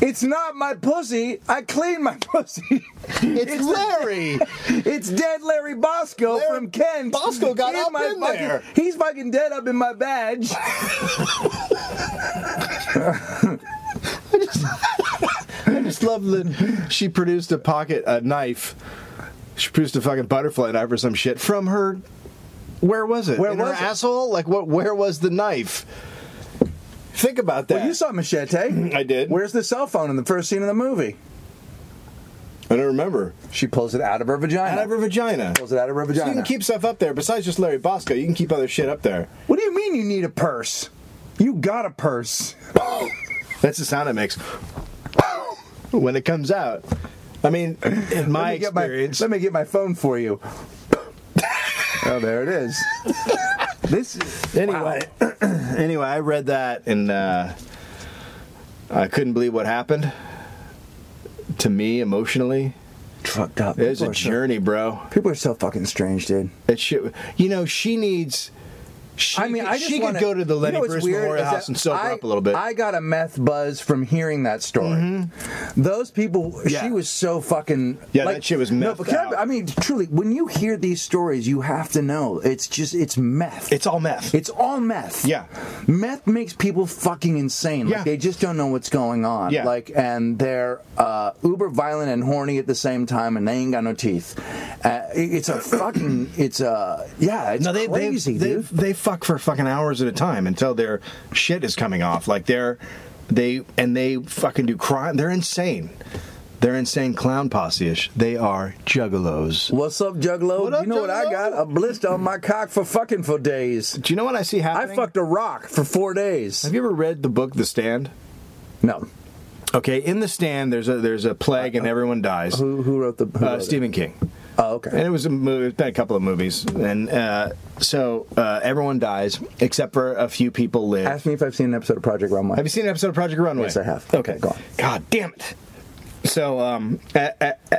It's not my pussy. I clean my pussy.
it's, Larry.
It's dead Larry Bosco
Larry
from Kent.
Bosco got up in
fucking,
there.
He's fucking dead up in my badge.
I just love that she produced a pocket a knife. She produced a fucking butterfly knife or some shit from her. Where was it?
Where
In
was
her
it?
asshole? Like what? Where was the knife? Think about that.
Well, you saw Machete.
I did.
Where's the cell phone in the first scene of the movie?
I don't remember.
She pulls it out of her vagina.
Out of her vagina.
Pulls it out of her
So you
vagina.
can keep stuff up there. Besides just Larry Bosco, you can keep other shit up there.
what do you mean you need a purse? You got a purse.
That's the sound it makes. when it comes out. I mean, in my
Let me get my-
experience,
let me get my phone for you. oh, there it is. this
Anyway, anyway, I read that and uh, I couldn't believe what happened to me emotionally.
trucked up.
It was
People
a
are so-
journey, bro.
People are so fucking strange, dude.
That shit. You know, she needs. She,
I mean, I just
she
wanna,
could go to the
you
Lenny
know what's
Bruce
weird
Memorial
is that
House and sober
I-
up a little bit.
I got a meth buzz from hearing that story. Those people,
Mm-hmm. Yeah.
she was so fucking.
Yeah, that shit was
no,
methed
but can I-
out.
I, mean, truly, when you hear these stories, you have to know it's just it's meth.
it's all meth.
It's all meth.
Yeah.
Meth makes people fucking insane.
Yeah.
Like they just don't know what's going on.
Yeah.
Like and they're uh, uber violent and horny at the same time and they ain't got no teeth. Uh, it- it's a fucking it's a yeah, it's
no, they, they-
crazy,
they,
dude.
They, fuck for fucking hours at a time until their shit is coming off. Like they're they and they fucking do crime. They're insane. They're insane clown posse-ish. They are juggalos.
What's up, Juggalo?
What up,
you know what I
Juggalo?
got? A blister on my cock for fucking for days.
Do you know what I see
I
happening?
fucked a rock for four days.
Have you ever read the book The Stand?
No.
Okay, in The Stand, there's a there's a plague and everyone dies.
Who, who wrote the who
Uh,
wrote it?
Stephen King.
Oh, okay.
And it was a movie. It's been a couple of movies, and uh, so uh, everyone dies except for a few people live.
Ask me if I've seen an episode of Project Runway.
Have you seen an episode of Project Runway?
Yes, I have.
Okay,
Go on.
God damn it! So, um, e- e- e-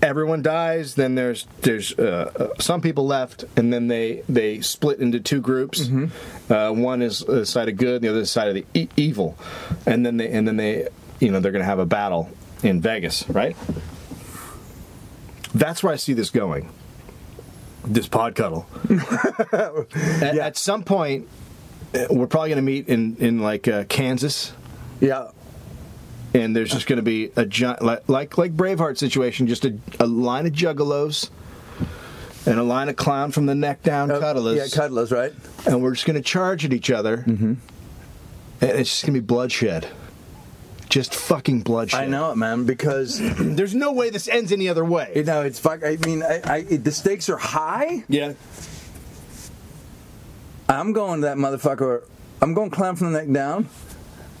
everyone dies. Then there's there's uh, uh, some people left, and then they they split into two groups.
Mm-hmm.
Uh, one is the side of good, and the other side of the e- evil, and then they and then they you know they're gonna have a battle in Vegas, right? That's where I see this going. This pod cuddle. at, at some point, uh, we're probably gonna meet in in like uh, Kansas
yeah.
and there's just going to be a giant, like like like Braveheart situation, just a, a line of juggalos and a line of clown from the neck down
Oh,
cuddlers,
Yeah, cuddlers, right?
and we're just going to charge at each other, mm-hmm. and it's just going to be bloodshed, just fucking bloodshed.
I know it, man, because
There's no way this ends any other way.
You know, it's fuck. I mean, I, I it, the stakes are high.
yeah,
I'm going to that motherfucker. I'm going climb from the neck down,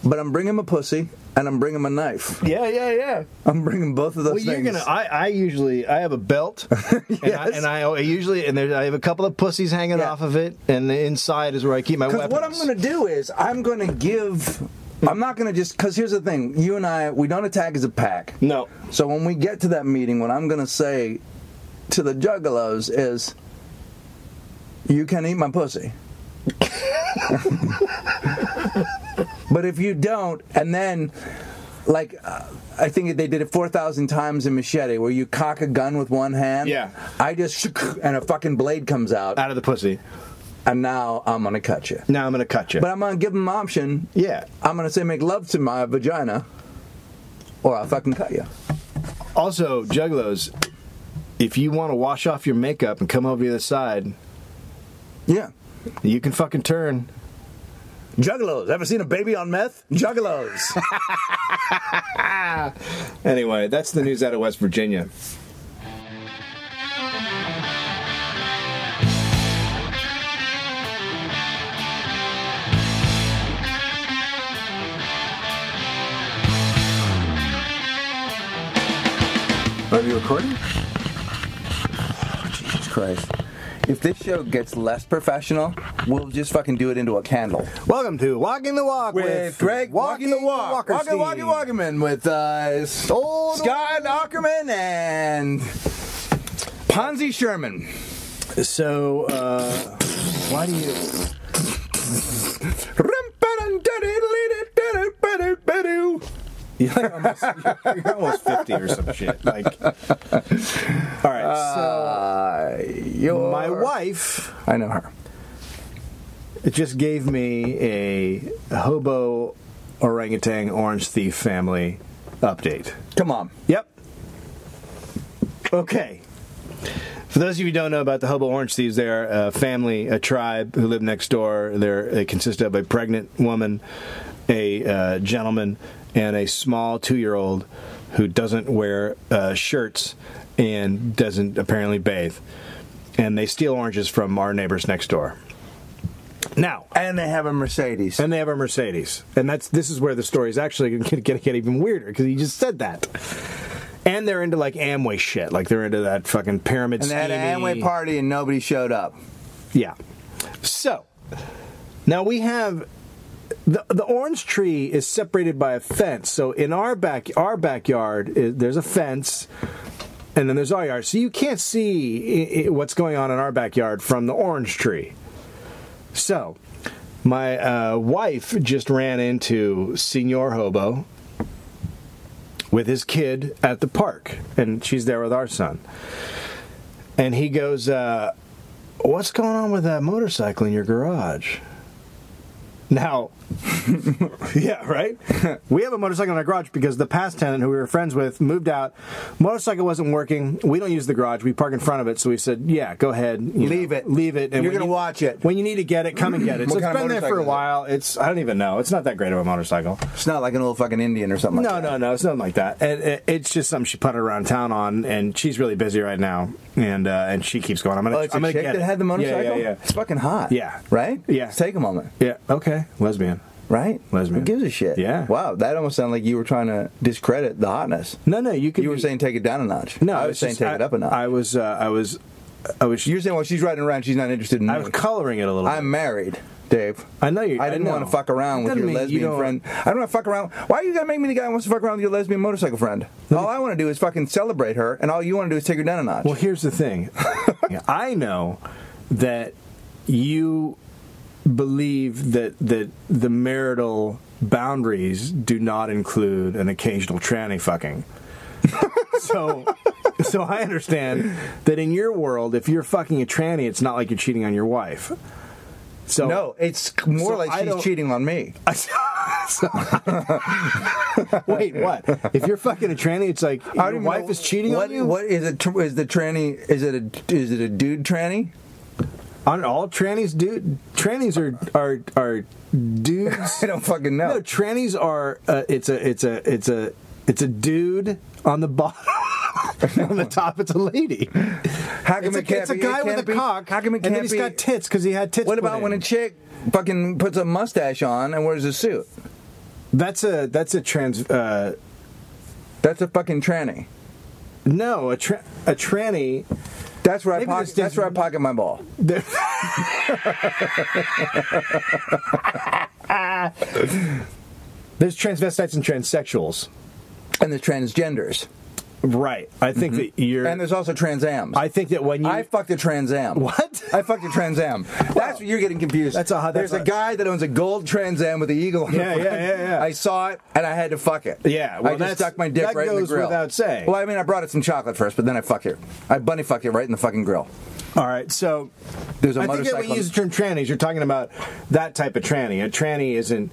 but I'm bringing a pussy and I'm bringing a knife.
yeah, yeah, yeah.
I'm bringing both of those
Well,
things.
you're gonna. I, I usually I have a belt, and, I,
Yes.
and I, I usually and there, I have a couple of pussies hanging
Yeah.
off of it, and the inside is where I keep my
Because
weapons.
what I'm going to do is I'm going to give. I'm not going to just. Because here's the thing: you and I, we don't attack as a pack.
No.
So when we get to that meeting, what I'm going to say to the juggalos is, "You can eat my pussy." but if you don't, and then, like, uh, I think they did it four thousand times in Machete, where you cock a gun with one hand.
Yeah.
I just and a fucking blade comes out,
Out of the pussy.
and now I'm going to cut you.
Now I'm gonna cut you.
But I'm gonna give them an option.
yeah.
I'm gonna say make love to my vagina, or I'll fucking cut you.
Also, juggalos, if you want to wash off your makeup and come over the other side,
Yeah.
you can fucking turn.
Juggalos. Ever seen a baby on meth? Juggalos.
Anyway, that's the news out of West Virginia.
Are you recording? Jesus Christ. If this show gets less professional, we'll just fucking do it into a candle.
Welcome to Walking the Walk with,
Walking, walking, walkerman with uh,
Old-
Scott Ackerman and Ponzi Sherman.
So, uh, why do you? You're like almost, you're almost fifty or some shit. Like, all right.
Uh,
so,
your
my wife
I know her.
It just gave me a hobo orangutan orange thief family update.
Come on.
Yep. Okay. For those of you who don't know about the hobo orange thieves, they are a family, a tribe who live next door. They're, they consist of a pregnant woman, a uh, gentleman, and a small two-year-old who doesn't wear uh, shirts and doesn't apparently bathe. And they steal oranges from our neighbors next door. Now,
and they have a Mercedes.
and they have a Mercedes, and that's this is where the story is actually going to get, get even weirder because he just said that. And they're into like Amway shit, like they're into that fucking pyramid.
And they had an
schemey-
Amway party and nobody showed up.
Yeah. So now we have the the orange tree is separated by a fence. So in our back our backyard, is, there's a fence, and then there's our yard. So you can't see i i what's going on in our backyard from the orange tree. So my uh, wife just ran into Senor Hobo with his kid at the park, and she's there with our son. And he goes, uh, what's going on with that motorcycle in your garage? Now, yeah, right? we have a motorcycle in our garage because the past tenant who we were friends with moved out. Motorcycle wasn't working. We don't use the garage. We park in front of it. So we said, yeah, go ahead. you
Leave it.
Leave it.
You're
when
gonna
you-
watch it.
When you need to get it, come and get it. so
What
it's
kind of
been there for
motorcycle is
a
it?
while. It's, I don't even know. It's not that great of a motorcycle.
It's not like an old fucking Indian or something
No,
like
no,
that.
no. It's nothing like that. It, it- it's just something she putted around town on, and she's really busy right now. And uh, and she keeps going. I'm gonna.
Oh, it's
I'm
a
gonna
chick
get
that
it.
had the motorcycle?
Yeah, yeah, yeah.
It's fucking hot.
Yeah.
Right?
Yeah.
Let's take a moment,
Yeah. Okay. Lesbian.
right?
Lesbian.
Who gives a shit?
Yeah.
Wow, that almost sounded like you were trying to discredit the hotness.
No, no. You could.
You were
be-
saying take it down a notch.
No,
I was,
it's
saying
just-
take
I-
it up a notch.
I was. Uh, I was. I was.
You're saying, well, she's riding around. She's not interested in me.
I was coloring it a little.
I'm married, Dave.
bit. I know you.
I didn't
know.
want to fuck around with
Doesn't
your
mean you
lesbian
don't-
friend. I don't want to fuck around. Why are you gonna make me the guy who wants to fuck around with your lesbian motorcycle friend? All I want to do is fucking celebrate her, and all you want to do is take her down a notch.
Well, here's the thing. Yeah, I know that you believe that that the marital boundaries do not include an occasional tranny fucking. so so I understand that in your world if you're fucking a tranny it's not like you're cheating on your wife. So
no, it's more
So
like
I
she's
don't-
cheating on me.
So- Wait, what? If you're fucking a tranny, it's like
I don't
your
even
wife
know-
is cheating
what,
on you.
What is it? tr- Is the tranny? Is it a? Is it a dude tranny?
On all trannies, dude. Trannies are are are dudes.
I don't fucking know.
No, trannies are. Uh, it's a it's a it's a it's a dude on the bottom. on the top, it's a lady.
how come
It's
it
a,
can't
it's a
be-
guy
it
with a
can't be-
cock.
How come it
and
can't
then he's
be?
got tits because he had tits.
what
put
about
in.
when a chick fucking puts a mustache on and wears a suit?
That's a that's a trans. Uh,
That's a fucking tranny.
no, a tra- a tranny.
That's where I
Maybe
pocket,
this
that's where I
doesn't-
pocket my ball.
They're- There's transvestites and transsexuals.
And the transgenders.
Right. I think that you're.
Mm-hmm. And there's also transams.
I think that when you.
I fucked a Trans Am.
What?
I fucked a Trans Am. That's what you're getting confused.
That's a hot-
There's
that's
a
a-
guy that owns a gold Trans Am with the eagle on
Yeah,
the front.
yeah, yeah, yeah.
I saw it and I had to fuck it.
Yeah, well,
I just
that's-
stuck my dick
that
right in the
goes
grill.
without saying.
Well, I mean, I brought it some chocolate first, but then I fucked it. I bunny fucked it right in the fucking grill.
all right. So
There's a
I think that
motorcycle.
when you use the term trannies, you're talking about that type of tranny. A tranny isn't.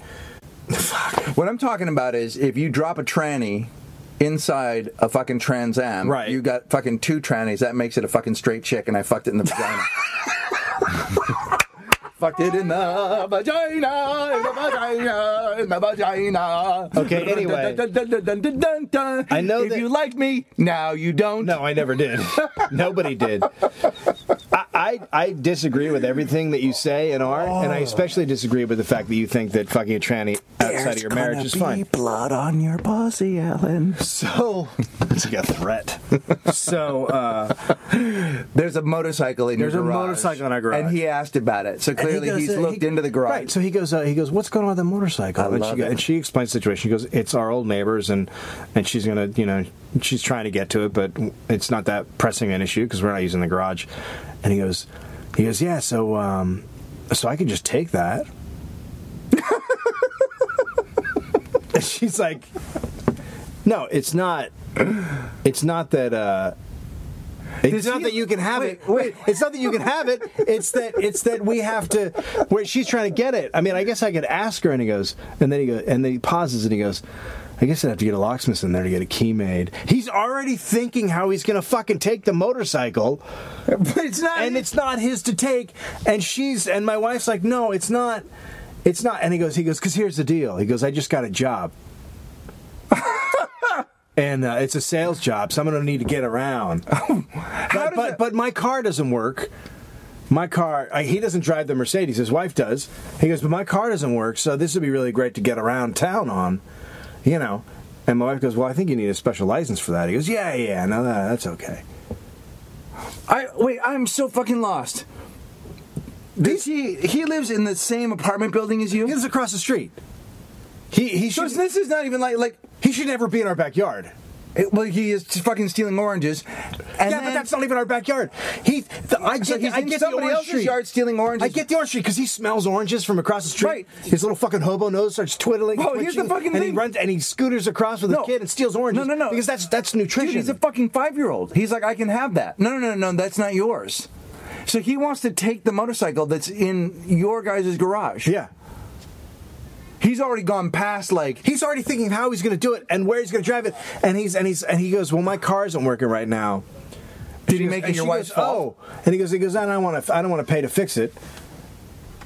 what I'm talking about is if you drop a tranny inside a fucking Trans Am,
Right.
you got fucking two trannies. That makes it a fucking straight chick, and I fucked it in the vagina. fucked it in the vagina, in the vagina, in the vagina.
Okay, anyway.
Dun, dun, dun, dun, dun, dun, dun.
I know
if
that-
you like me, now you don't.
No, I never did. Nobody did. I, I I disagree with everything that you say and are, and I especially disagree with the fact that you think that fucking a tranny outside of your marriage is fine.
blood on your pussy, Ellen.
So it's like a threat. so uh,
There's a motorcycle in
There's a
your garage.
motorcycle in our garage.
and he asked about it. So clearly,
he goes,
he's
uh,
looked
he-
into the garage.
Right. So he goes. Uh, he goes. What's going on with the motorcycle?
I
and,
love
she,
it.
and she explains the situation. She goes. It's our old neighbors, and and she's gonna. You know, she's trying to get to it, but it's not that pressing an issue because we're not using the garage. And he goes. He goes. Yeah. So um, so I can just take that. And she's like, no, it's not. It's not that. uh it's
Does
not
he-
that you can have
wait,
it. Wait, it's not that you can have it. It's that it's that we have to. Where she's trying to get it. I mean, I guess I could ask her, and he goes, and then he goes, and then he pauses, and he goes, I guess I'd have to get a locksmith in there to get a key made. He's already thinking how he's gonna fucking take the motorcycle,
but it's not.
and it's not e- his to take. And she's and my wife's like, no, it's not. It's not. And he goes, he goes, because here's the deal. He goes, I just got a job. And uh, it's a sales job, so I'm gonna need to get around
How
but
does
but,
that-
but my car doesn't work. my car, uh, he doesn't drive the Mercedes, his wife does. He goes, but my car doesn't work, so this would be really great to get around town on, you know. And my wife goes, well, I think you need a special license for that. He goes, yeah, yeah, no, that, that's okay.
I wait. I'm so fucking lost. Does he? He lives in the same apartment building as
He
you.
lives across the street. He, he
So
should,
it's- this is not even like like.
he should never be in our backyard.
It, well, he is fucking stealing oranges. And
yeah, but
then-
that's not even our backyard. He, the, I get,
so he's
I
in
get the
somebody
orange
else's
tree.
yard stealing oranges.
I get the orange tree because he smells oranges from across the street.
Right.
His little fucking hobo nose starts twiddling.
Well, here's the
twitching,
fucking
and
thing.
he runs and he scooters across with a
No.
kid and steals oranges.
No, no, no.
Because that's that's nutrition.
Dude, he's a fucking five year old. He's like, I can have that. No, no, no, no, that's not yours. So he wants to take the motorcycle that's in your guys' garage.
yeah.
He's already gone past, like,
He's already thinking of how he's going to do it and where he's going to drive it. And he's and he's and he goes, "Well, my car isn't working right now."
did he
goes-
make it
and
your
she
wife's
goes,
fault?
Oh, and he goes, he goes, I don't want to, I don't want to pay to fix it.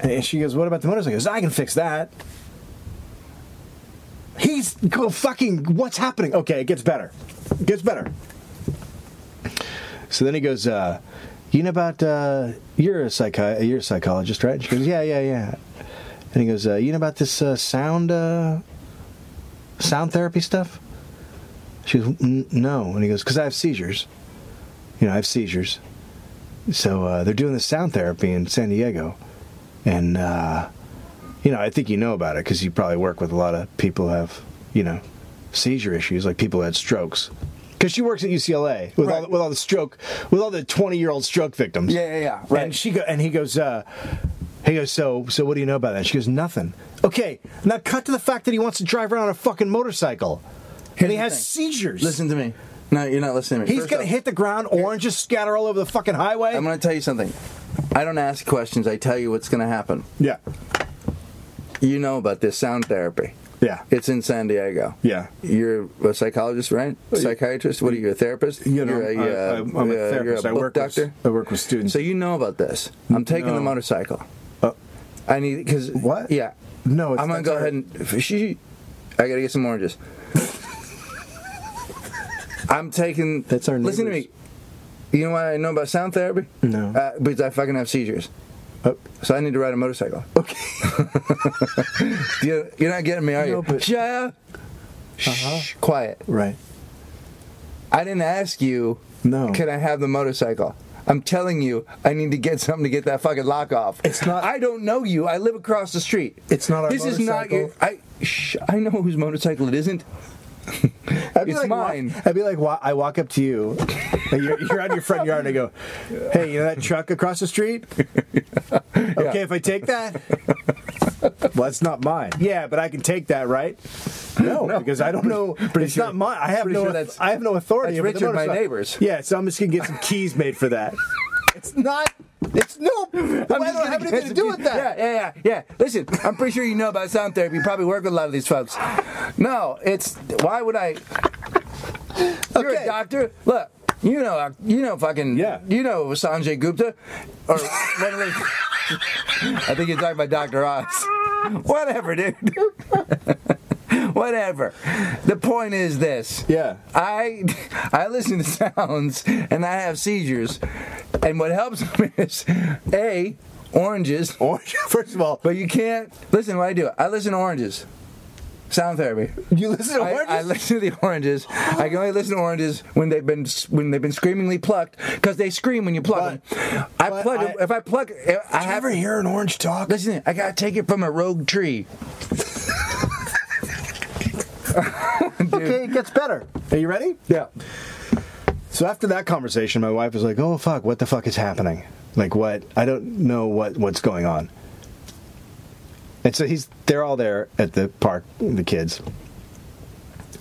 And she goes, what about the motorcycle? He goes, I can fix that. He's go fucking. What's happening? Okay, it gets better. It gets better. So then he goes, uh, you know about uh, you're a psychi- you're a psychologist, right? And she goes, yeah, yeah, yeah. And he goes, uh, you know about this uh, sound uh, sound therapy stuff? She goes, "N- no. And he goes, because I have seizures you know, I have seizures. So uh, they're doing this sound therapy in San Diego. And, uh, you know, I think you know about it because you probably work with a lot of people who have, you know, seizure issues, like people who had strokes. Because she works at UCLA with, all
Right.
the, with all the stroke, with all the 20 year old stroke victims.
Yeah, yeah, yeah, right.
And, she go, and he goes, uh, he goes, so, so what do you know about that? she goes, nothing. Okay, now cut to the fact that he wants to drive around on a fucking motorcycle.
Here's
and he
the
has
thing.
seizures.
Listen to me. No, you're not listening to me.
He's
First
gonna
off,
hit the ground. Oranges scatter all over the fucking highway.
I'm going to tell you something. I don't ask questions, I tell you what's going to happen.
yeah,
You know about this sound therapy.
yeah,
It's in San Diego.
yeah. Uh,
You're a psychologist, right? Psychiatrist? What are you, a therapist?
You know,
are
I, I, I'm a therapist.
You're
I
a book
work.
doctor?
With, I work with students.
So you know about this. I'm taking
No.
the motorcycle.
Uh,
I need because
What?
Yeah.
No, it's-
I'm gonna
that's
go
our-
ahead and she. I gotta get some oranges. I'm taking.
That's our
Listen to
neighbors.
me. You know what I know about sound therapy?
No.
Uh, because I fucking have seizures,
oh,
so I need to ride a motorcycle.
okay.
You're, you're not getting me, are you?
No, but- Uh-huh.
Shut up. Shh, quiet.
right.
I didn't ask you.
No.
Can I have the motorcycle? I'm telling you, I need to get something to get that fucking lock off.
It's not-
I don't know you. I live across the street.
It's not our
This is not your. I. Shh, I know whose motorcycle it isn't.
I'd
It's
like, wa-
mine.
I'd be like, wa- I walk up to you. and You're, you're out in your front yard, and I go, "Hey, you know that truck across the street? Okay, if I take that, well, that's not mine. Yeah, but I can take that, right? No, because I don't know. it's
sure-
not mine. I have
pretty
no.
sure that's-
I have no authority.
that's
over the
Richard, my
motorcycle.
neighbors.
Yeah, so I'm just gonna get some keys made for that. It's not. It's no.
I'm
I
just
don't have
gonna
anything
guess
to do
if
with
you-
that.
Yeah, yeah, yeah, yeah. Listen, I'm pretty sure you know about sound therapy. You probably work with a lot of these folks. No, it's why would I? You're
Okay.
a doctor. Look, you know, uh, you know, fucking,
Yeah.
you know, Sanjay Gupta, or one of those. I think you're talking about Doctor Oz. Whatever, dude. Whatever. The point is this.
Yeah.
I I listen to sounds and I have seizures, and what helps me is a oranges.
Or first of all,
But you can't listen. to What I do? I listen to oranges. Sound therapy.
you listen to
I,
oranges.
I listen to the oranges. I can only listen to oranges when they've been when they've been screamingly plucked because they scream when you pluck
But-
them. I
but
pluck
I-
if I pluck. If I
Did you
have
ever hear an orange talk?
listen. I gotta take it from a rogue tree.
Okay, it gets better. Are you ready?
Yeah.
So after that conversation, my wife was like, "Oh fuck, what the fuck is happening? Like what? I don't know what what's going on." And so he's they're all there at the park, the kids.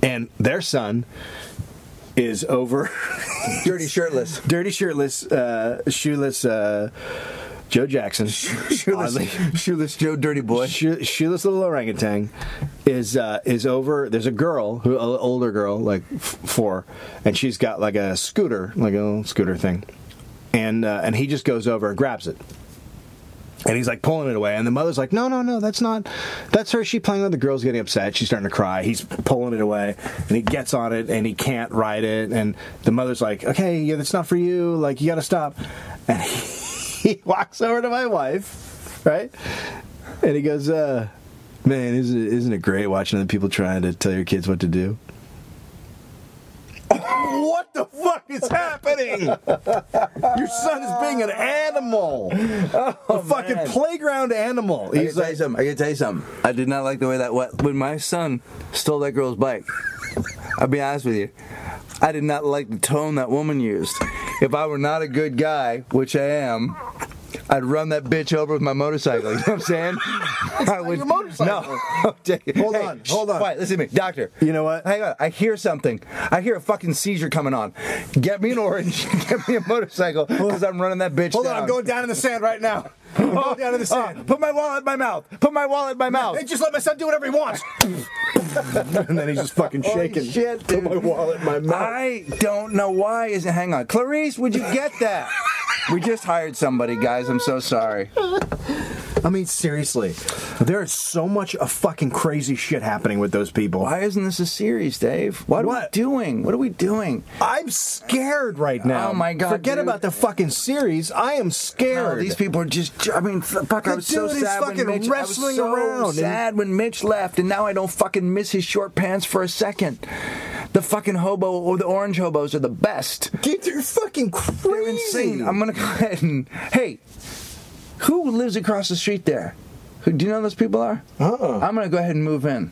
And their son is over
Dirty shirtless.
dirty shirtless uh shoeless uh Joe Jackson. Oddly.
shoeless Joe, dirty boy.
Shoe- shoeless little orangutan is uh, is over. There's a girl, who, an older girl, like f- four, and she's got like a scooter, like a little scooter thing, and uh, and he just goes over and grabs it, and he's like pulling it away, and the mother's like, no, no, no, that's not, that's her. She playing with it. the girl's getting upset. She's starting to cry. He's pulling it away, and he gets on it, and he can't ride it, and the mother's like, okay, yeah, that's not for you. Like you got to stop, and. He,
he walks over to my wife, right? And he goes, uh, "Man, isn't it, isn't it great watching other people trying to tell your kids what to do?"
What the fuck is happening? Your son is being an animal.
a fucking playground animal.
I gotta
He's
tell
like,
you something. I gotta tell you something. I did not like the way that went. When my son stole that girl's bike, I'll be honest with you. I did not like the tone that woman used. If I were not a good guy, which I am, I'd run that bitch over with my motorcycle. You know what I'm saying? I would.
your motorcycle.
No.
Hold on, hold on.
Quiet. Listen to me, doctor.
You know what?
Hang on. I hear something. I hear a fucking seizure coming on. Get me an orange. Get me a motorcycle because I'm running that bitch
Hold on,
down.
I'm going down in the sand right now. I'm going down in the
Oh,
Uh,
sand.
put my wallet in my mouth. Put my wallet in my mouth.
Hey, just let my son do whatever he wants. and then he's just fucking shaking.
shit,
Put
dude.
my wallet in my mouth.
I don't know why isn't hang on. Clarice, would you get that? we just hired somebody, guys. I'm so sorry.
I mean, seriously, there is so much of fucking crazy shit happening with those people.
Why isn't this a series, Dave? What are
What?
we doing? What are we doing?
I'm scared right now.
Oh my God,
Forget
dude.
about the fucking series. I am
No,
scared.
Oh, these people are just. I mean, f- fuck. I
The
was so
dude is
sad
fucking
when Mitch. I
wrestling
was so
around and-
sad when Mitch left, and now I don't fucking miss his short pants for a second. The fucking hobo or the orange hobos are the best.
Dude, they're fucking crazy.
They're insane. I'm gonna go ahead and hey, who lives across the street there? Who, do you know who those people are? Uh-uh. I'm gonna go ahead and move in.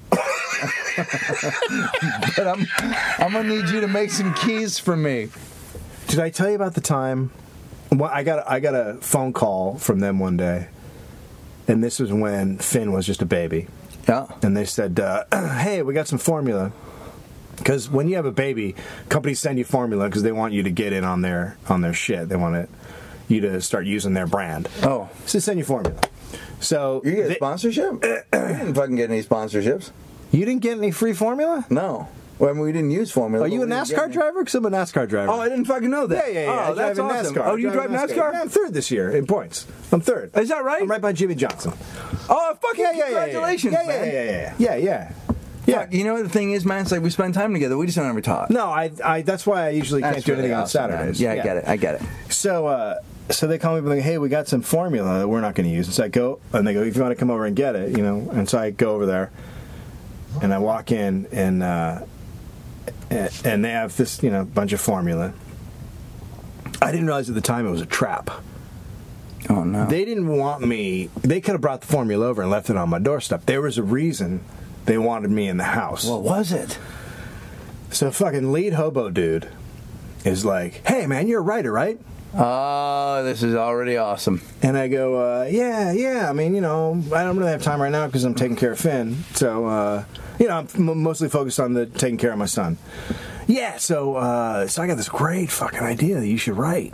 but I'm I'm gonna need you to make some keys for me.
Did I tell you about the time? Well, I got I got a phone call from them one day, and this was when Finn was just a baby,
Yeah.
and they said, uh, "Hey, we got some formula." Because when you have a baby, companies send you formula because they want you to get in on their on their shit. They want it, you to start using their brand.
Oh.
so they send you formula. So
You get a
they-
sponsorship? you didn't fucking get any sponsorships.
you didn't get any free formula.
No. Well, I mean, we didn't use formula.
Are
but
you a
we didn't get
NASCAR
any-
driver? Because I'm a NASCAR driver.
Oh, I didn't fucking know
Yeah,
that.
yeah, yeah. I
Oh, that's
drive in
awesome.
NASCAR.
Oh,
I
you drive NASCAR?
Yeah, I'm third this year in points. I'm third.
Is that right?
I'm right by Jimmy Johnson.
Oh, fucking
Yeah, yeah, yeah, yeah.
congratulations, man.
yeah, yeah, yeah, yeah, yeah, yeah, yeah.
Fuck, you know what the thing is, man? It's like we spend time together. We just don't ever talk.
No, I, I. That's why I usually
That's
can't do
really
anything
awesome,
on
man.
Saturdays.
Yeah, I get it. I get it.
So, uh, so they call me, like, hey, we got some formula that we're not going to use. And so I go, and they go, if you want to come over and get it, you know. And so I go over there, and I walk in, and uh, a- and they have this, you know, bunch of formula. I didn't realize at the time it was a trap.
Oh no.
They didn't want me. They could have brought the formula over and left it on my doorstep. There was a reason they wanted me in the house.
what was it?
So fucking lead hobo dude is like, "Hey man, you're a writer, right?"
Oh, this is already awesome.
And I go, uh, "Yeah, yeah. I mean, you know, I don't really have time right now because I'm taking care of Finn. So, uh, you know, I'm m- mostly focused on the taking care of my son." Yeah. So, uh, so I got this great fucking idea that you should write.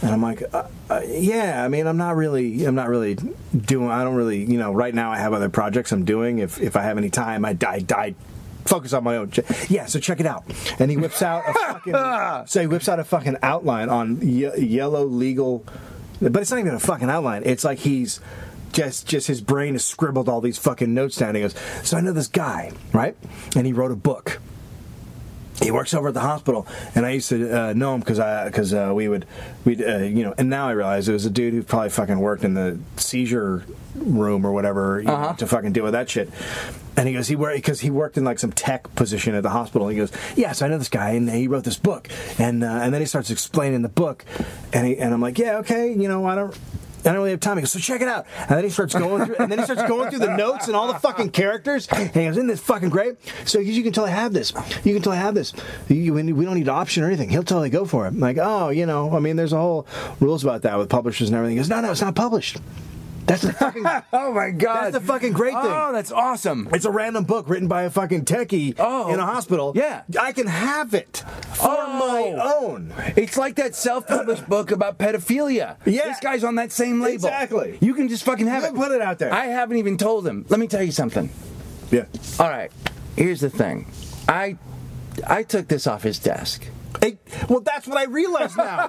And I'm like, uh, uh, yeah. I mean, I'm not really, I'm not really doing. I don't really, you know. Right now, I have other projects I'm doing. If if I have any time, I die, die, focus on my own. shit. Yeah. So check it out. And he whips out a fucking. so he whips out a fucking outline on ye- yellow legal, but it's not even a fucking outline. It's like he's just just his brain has scribbled all these fucking notes down. He goes, so I know this guy, right? And he wrote a book he works over at the hospital, and I used to uh, know him because I because uh, we would we would uh, you know, and now I realize it was a dude who probably fucking worked in the seizure room or whatever you know, to fucking deal with that shit. And he goes, he because he worked in like some tech position at the hospital. And he goes, yeah, so I know this guy, and he wrote this book, and uh, and then he starts explaining the book, and he, and I'm like, yeah, okay, you know, I don't. I don't really have time. He goes, so check it out. And then he starts going through, and then he starts going through the notes and all the fucking characters. And he goes, isn't this fucking great? So you you can tell I have this. You can tell I have this. You, we we don't need option or anything. He'll totally go for it. I'm like, oh, you know, I mean, there's a whole rules about that with publishers and everything. He goes, no, no, it's not published. That's the fucking.
Oh my god.
That's the fucking great thing.
Oh, that's awesome.
It's a random book written by a fucking techie
Oh.
in a hospital.
Yeah.
I can have it for
Oh.
my own.
It's like that self-published book about pedophilia.
Yeah.
This guy's on that same label.
Exactly.
You can just fucking have
You
it.
put it out there.
I haven't even told him. Let me tell you something.
Yeah.
All right. Here's the thing. I I took this off his desk.
It, well, that's what I realized now.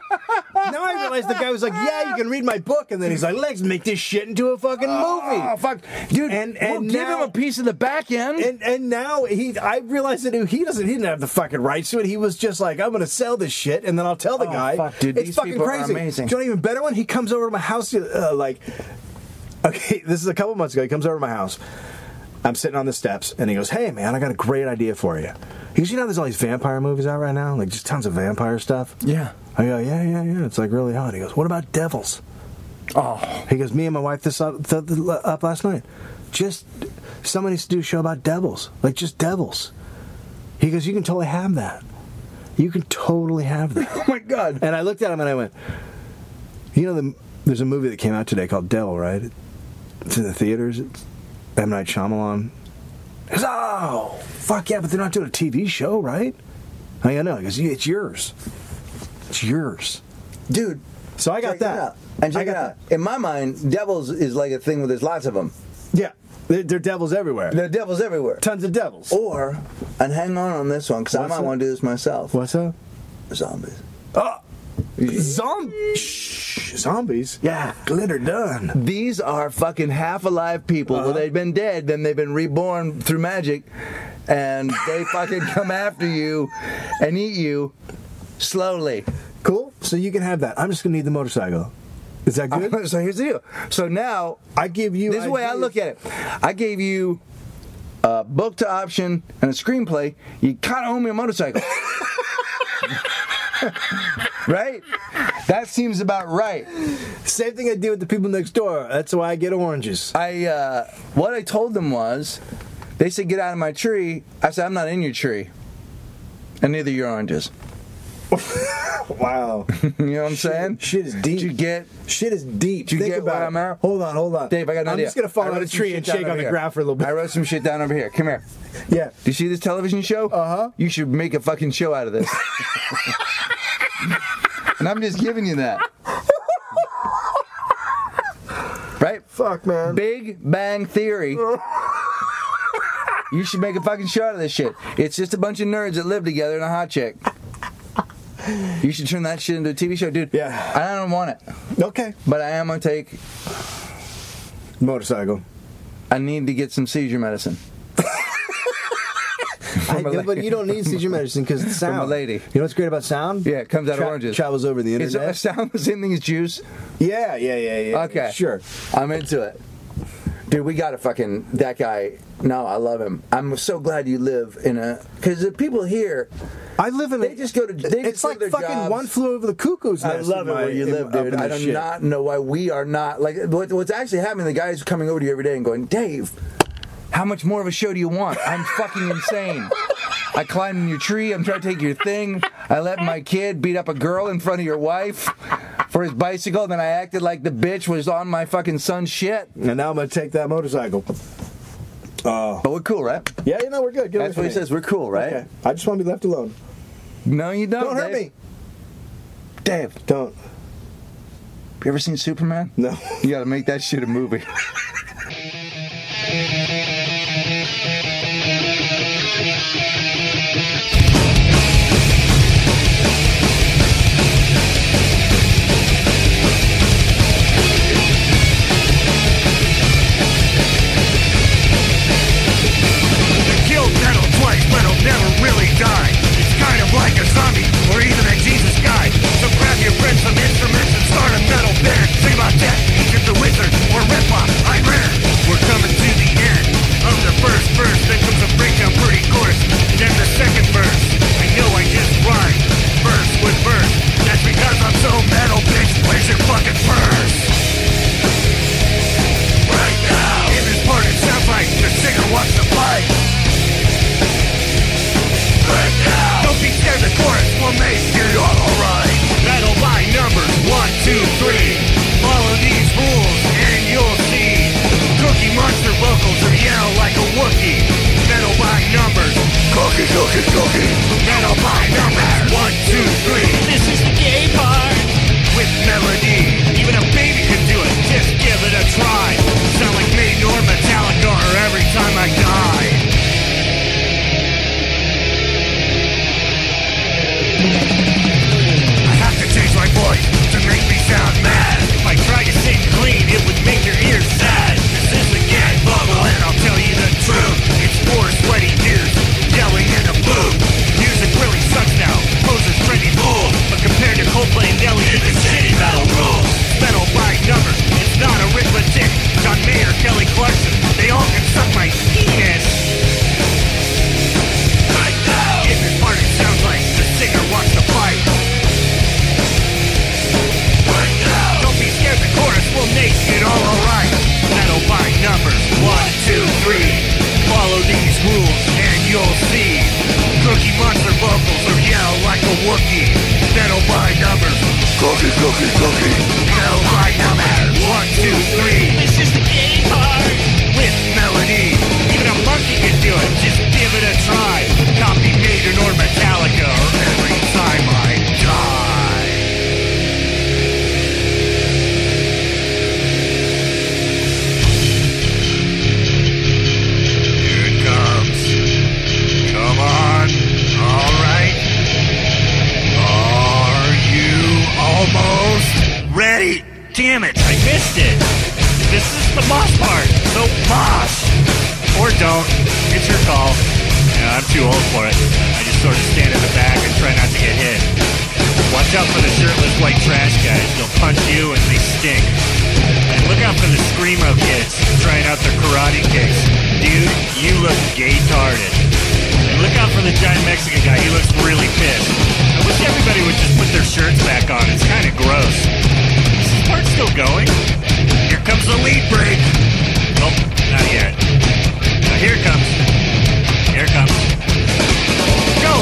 now I realize the guy was like, "Yeah, you can read my book," and then he's like, "Let's make this shit into a fucking movie."
Oh, fuck.
Dude,
And-
and,
and
give him
now-
a piece of the back end.
And and now he, I realized that he doesn't. He didn't have the fucking rights to it. He was just like, I'm gonna sell this shit, and then I'll tell the
Oh,
guy.
fuck, dude,
it's
these
fucking
people are
crazy.
amazing.
Do you know an even better one? He comes over to my house, uh, like, okay, this is a couple months ago. He comes over to my house. I'm sitting on the steps, and he goes, "Hey, man, I got a great idea for you." He goes, "You know, there's all these vampire movies out right now, like just tons of vampire stuff."
yeah.
I go, "Yeah, yeah, yeah." It's like really hot. He goes, "What about devils?"
Oh,
He goes, me and my wife this up, th- th- up last night. Just somebody needs to do a show about devils, like just devils. He goes, you can totally have that. You can totally have that.
oh my God.
and I looked at him and I went, you know, the, there's a movie that came out today called Devil, right? It's in the theaters. It's M Night Shyamalan. He goes, oh, fuck yeah, but they're not doing a TV show, right? I go, no. He goes, yeah, it's yours. It's yours.
Dude.
So I got
check
that.
It out. And check
I got
it out. In my mind, devils is like a thing where there's lots of them.
Yeah, there there are devils everywhere.
There are devils everywhere.
Tons of devils.
Or, and hang on on this one, because I
What's
might
that?
want to do this myself.
What's up?
Zombies.
Oh, zombies! Shh, zombies.
Um, Yeah.
glitter done.
These are fucking half alive people. Well, they've been dead, then they've been reborn through magic, and they fucking come after you and eat you slowly.
Cool. So you can have that. I'm just gonna need the motorcycle. Is that good?
so here's the deal. So now,
I give you.
this is the way I
ideas.
look at it. I gave you a book to option and a screenplay. You kind of owe me a motorcycle. right? That seems about right.
Same thing I do with the people next door. That's why I get oranges.
I uh, what I told them was, they said get out of my tree. I said I'm not in your tree, and neither your oranges.
Wow.
you know what I'm saying?
Shit is
Did you
deep.
get?
Shit is deep.
you
Think
get
about
what
it.
I'm at?
Hold on, hold on.
Dave, I got an
I'm
idea.
just gonna fall
I wrote
out of a
some
tree
shit
and
down
shake
over
on the
here.
ground for a little bit.
I wrote some shit down over here. Come here.
yeah.
Do you see this television show?
Uh-huh.
You should make a fucking show out of this. and I'm just giving you that. right?
Fuck, man.
Big Bang Theory. you should make a fucking show out of this shit. It's just a bunch of nerds that live together and a hot chick. You should turn that shit into a TV show, dude.
Yeah.
I don't want it,
Okay.
but I am gonna take.
Motorcycle.
I need to get some seizure medicine.
I- but you don't need seizure medicine because it's sound.
a lady.
You know what's great about sound?
Yeah, it comes out
Tra-
of oranges.
Travels over the
Is
internet.
it sound the same thing as juice?
Yeah, yeah, yeah, yeah.
Okay.
Sure.
I'm into it. Dude, we gotta fucking that guy. No, I love him. I'm so glad you live in a because the people here.
I live in.
They just go to- they just
it's
go
like
to their
fucking
jobs.
one flew over the cuckoo's nest.
I love
in
it
my-
where you
in-
live,
up
dude.
in
I
this
do
shit.
not know why we are not like what, what's actually happening. The guys coming over to you every day and going, Dave, how much more of a show do you want? I'm fucking insane. I climbed in your tree. I'm trying to take your thing. I let my kid beat up a girl in front of your wife for his bicycle. Then I acted like the bitch was on my fucking son's shit.
And now I'm gonna take that motorcycle.
But we're cool, right?
Yeah, you know we're good. Get away
That's
from
what he
me.
says. We're cool, right?
Okay. I just want to be left alone.
No, you don't.
Don't hurt
Dave.
me.
Dave.
Don't.
You ever seen Superman?
No.
You gotta make that shit a movie.
Killed metal twice, but it'll never really die. It's kind of like a zombie, or even a Jesus guy. So grab your friends some instruments and start a metal band. Sing about death, Egypt the Wizard, or Ripoff, Ayn Rand. We're coming to the end of the first verse. Then comes a breakdown pretty course. Then the second verse. I know I just rhymed, verse with verse. That's because I'm so metal, bitch. Where's your fucking purse? Right now! In this part, it sounds like the singer wants to fight. Don't be scared, the chorus will make it all alright. Battle by numbers, one, two, three. Follow these rules and you'll see. Cookie monster vocals or yell like a Wookiee. Metal by numbers. Cookie, cookie, cookie. Metal by numbers, one, two, three.
This is the gay part.
With melody, even a baby can do it. Just give it a try. Sound like Maiden or Metallica or Every Time I Die. Wookiee. Metal by numbers. Cookie, cookie, cookie. Metal by numbers. One, two, three.
This is the gay part.
With melody. Even a monkey can do it. Just give it a try. Copy Maiden or Metallica or every time I die. Here it comes. Come on. All right. Are you almost ready? Damn it.
I missed it. This is the moss part.
So mosh.
Or don't. It's your call. Yeah, I'm too old for it. I just sort of stand in the back and try not to get hit. Watch out for the shirtless white trash guys. They'll punch you and they stink. And look out for the screamo kids trying out their karate kicks. Dude, you look gay-tarded. And look out for the giant Mexican guy. He looks really pissed. I wish everybody would just put their shirts back on. It's kind of gross. Is this part still going?
Here comes the lead break.
Nope, not yet. Now here it comes. Here it comes.
Go.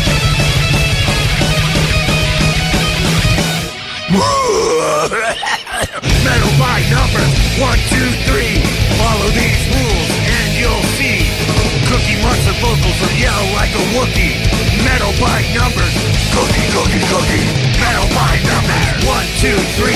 Metal by numbers. One, two, three. Follow these rules and you'll see. Cookie Monster vocals will yell like a Wookiee. Metal by numbers. Cookie, cookie, cookie. Metal by numbers. One, two, three.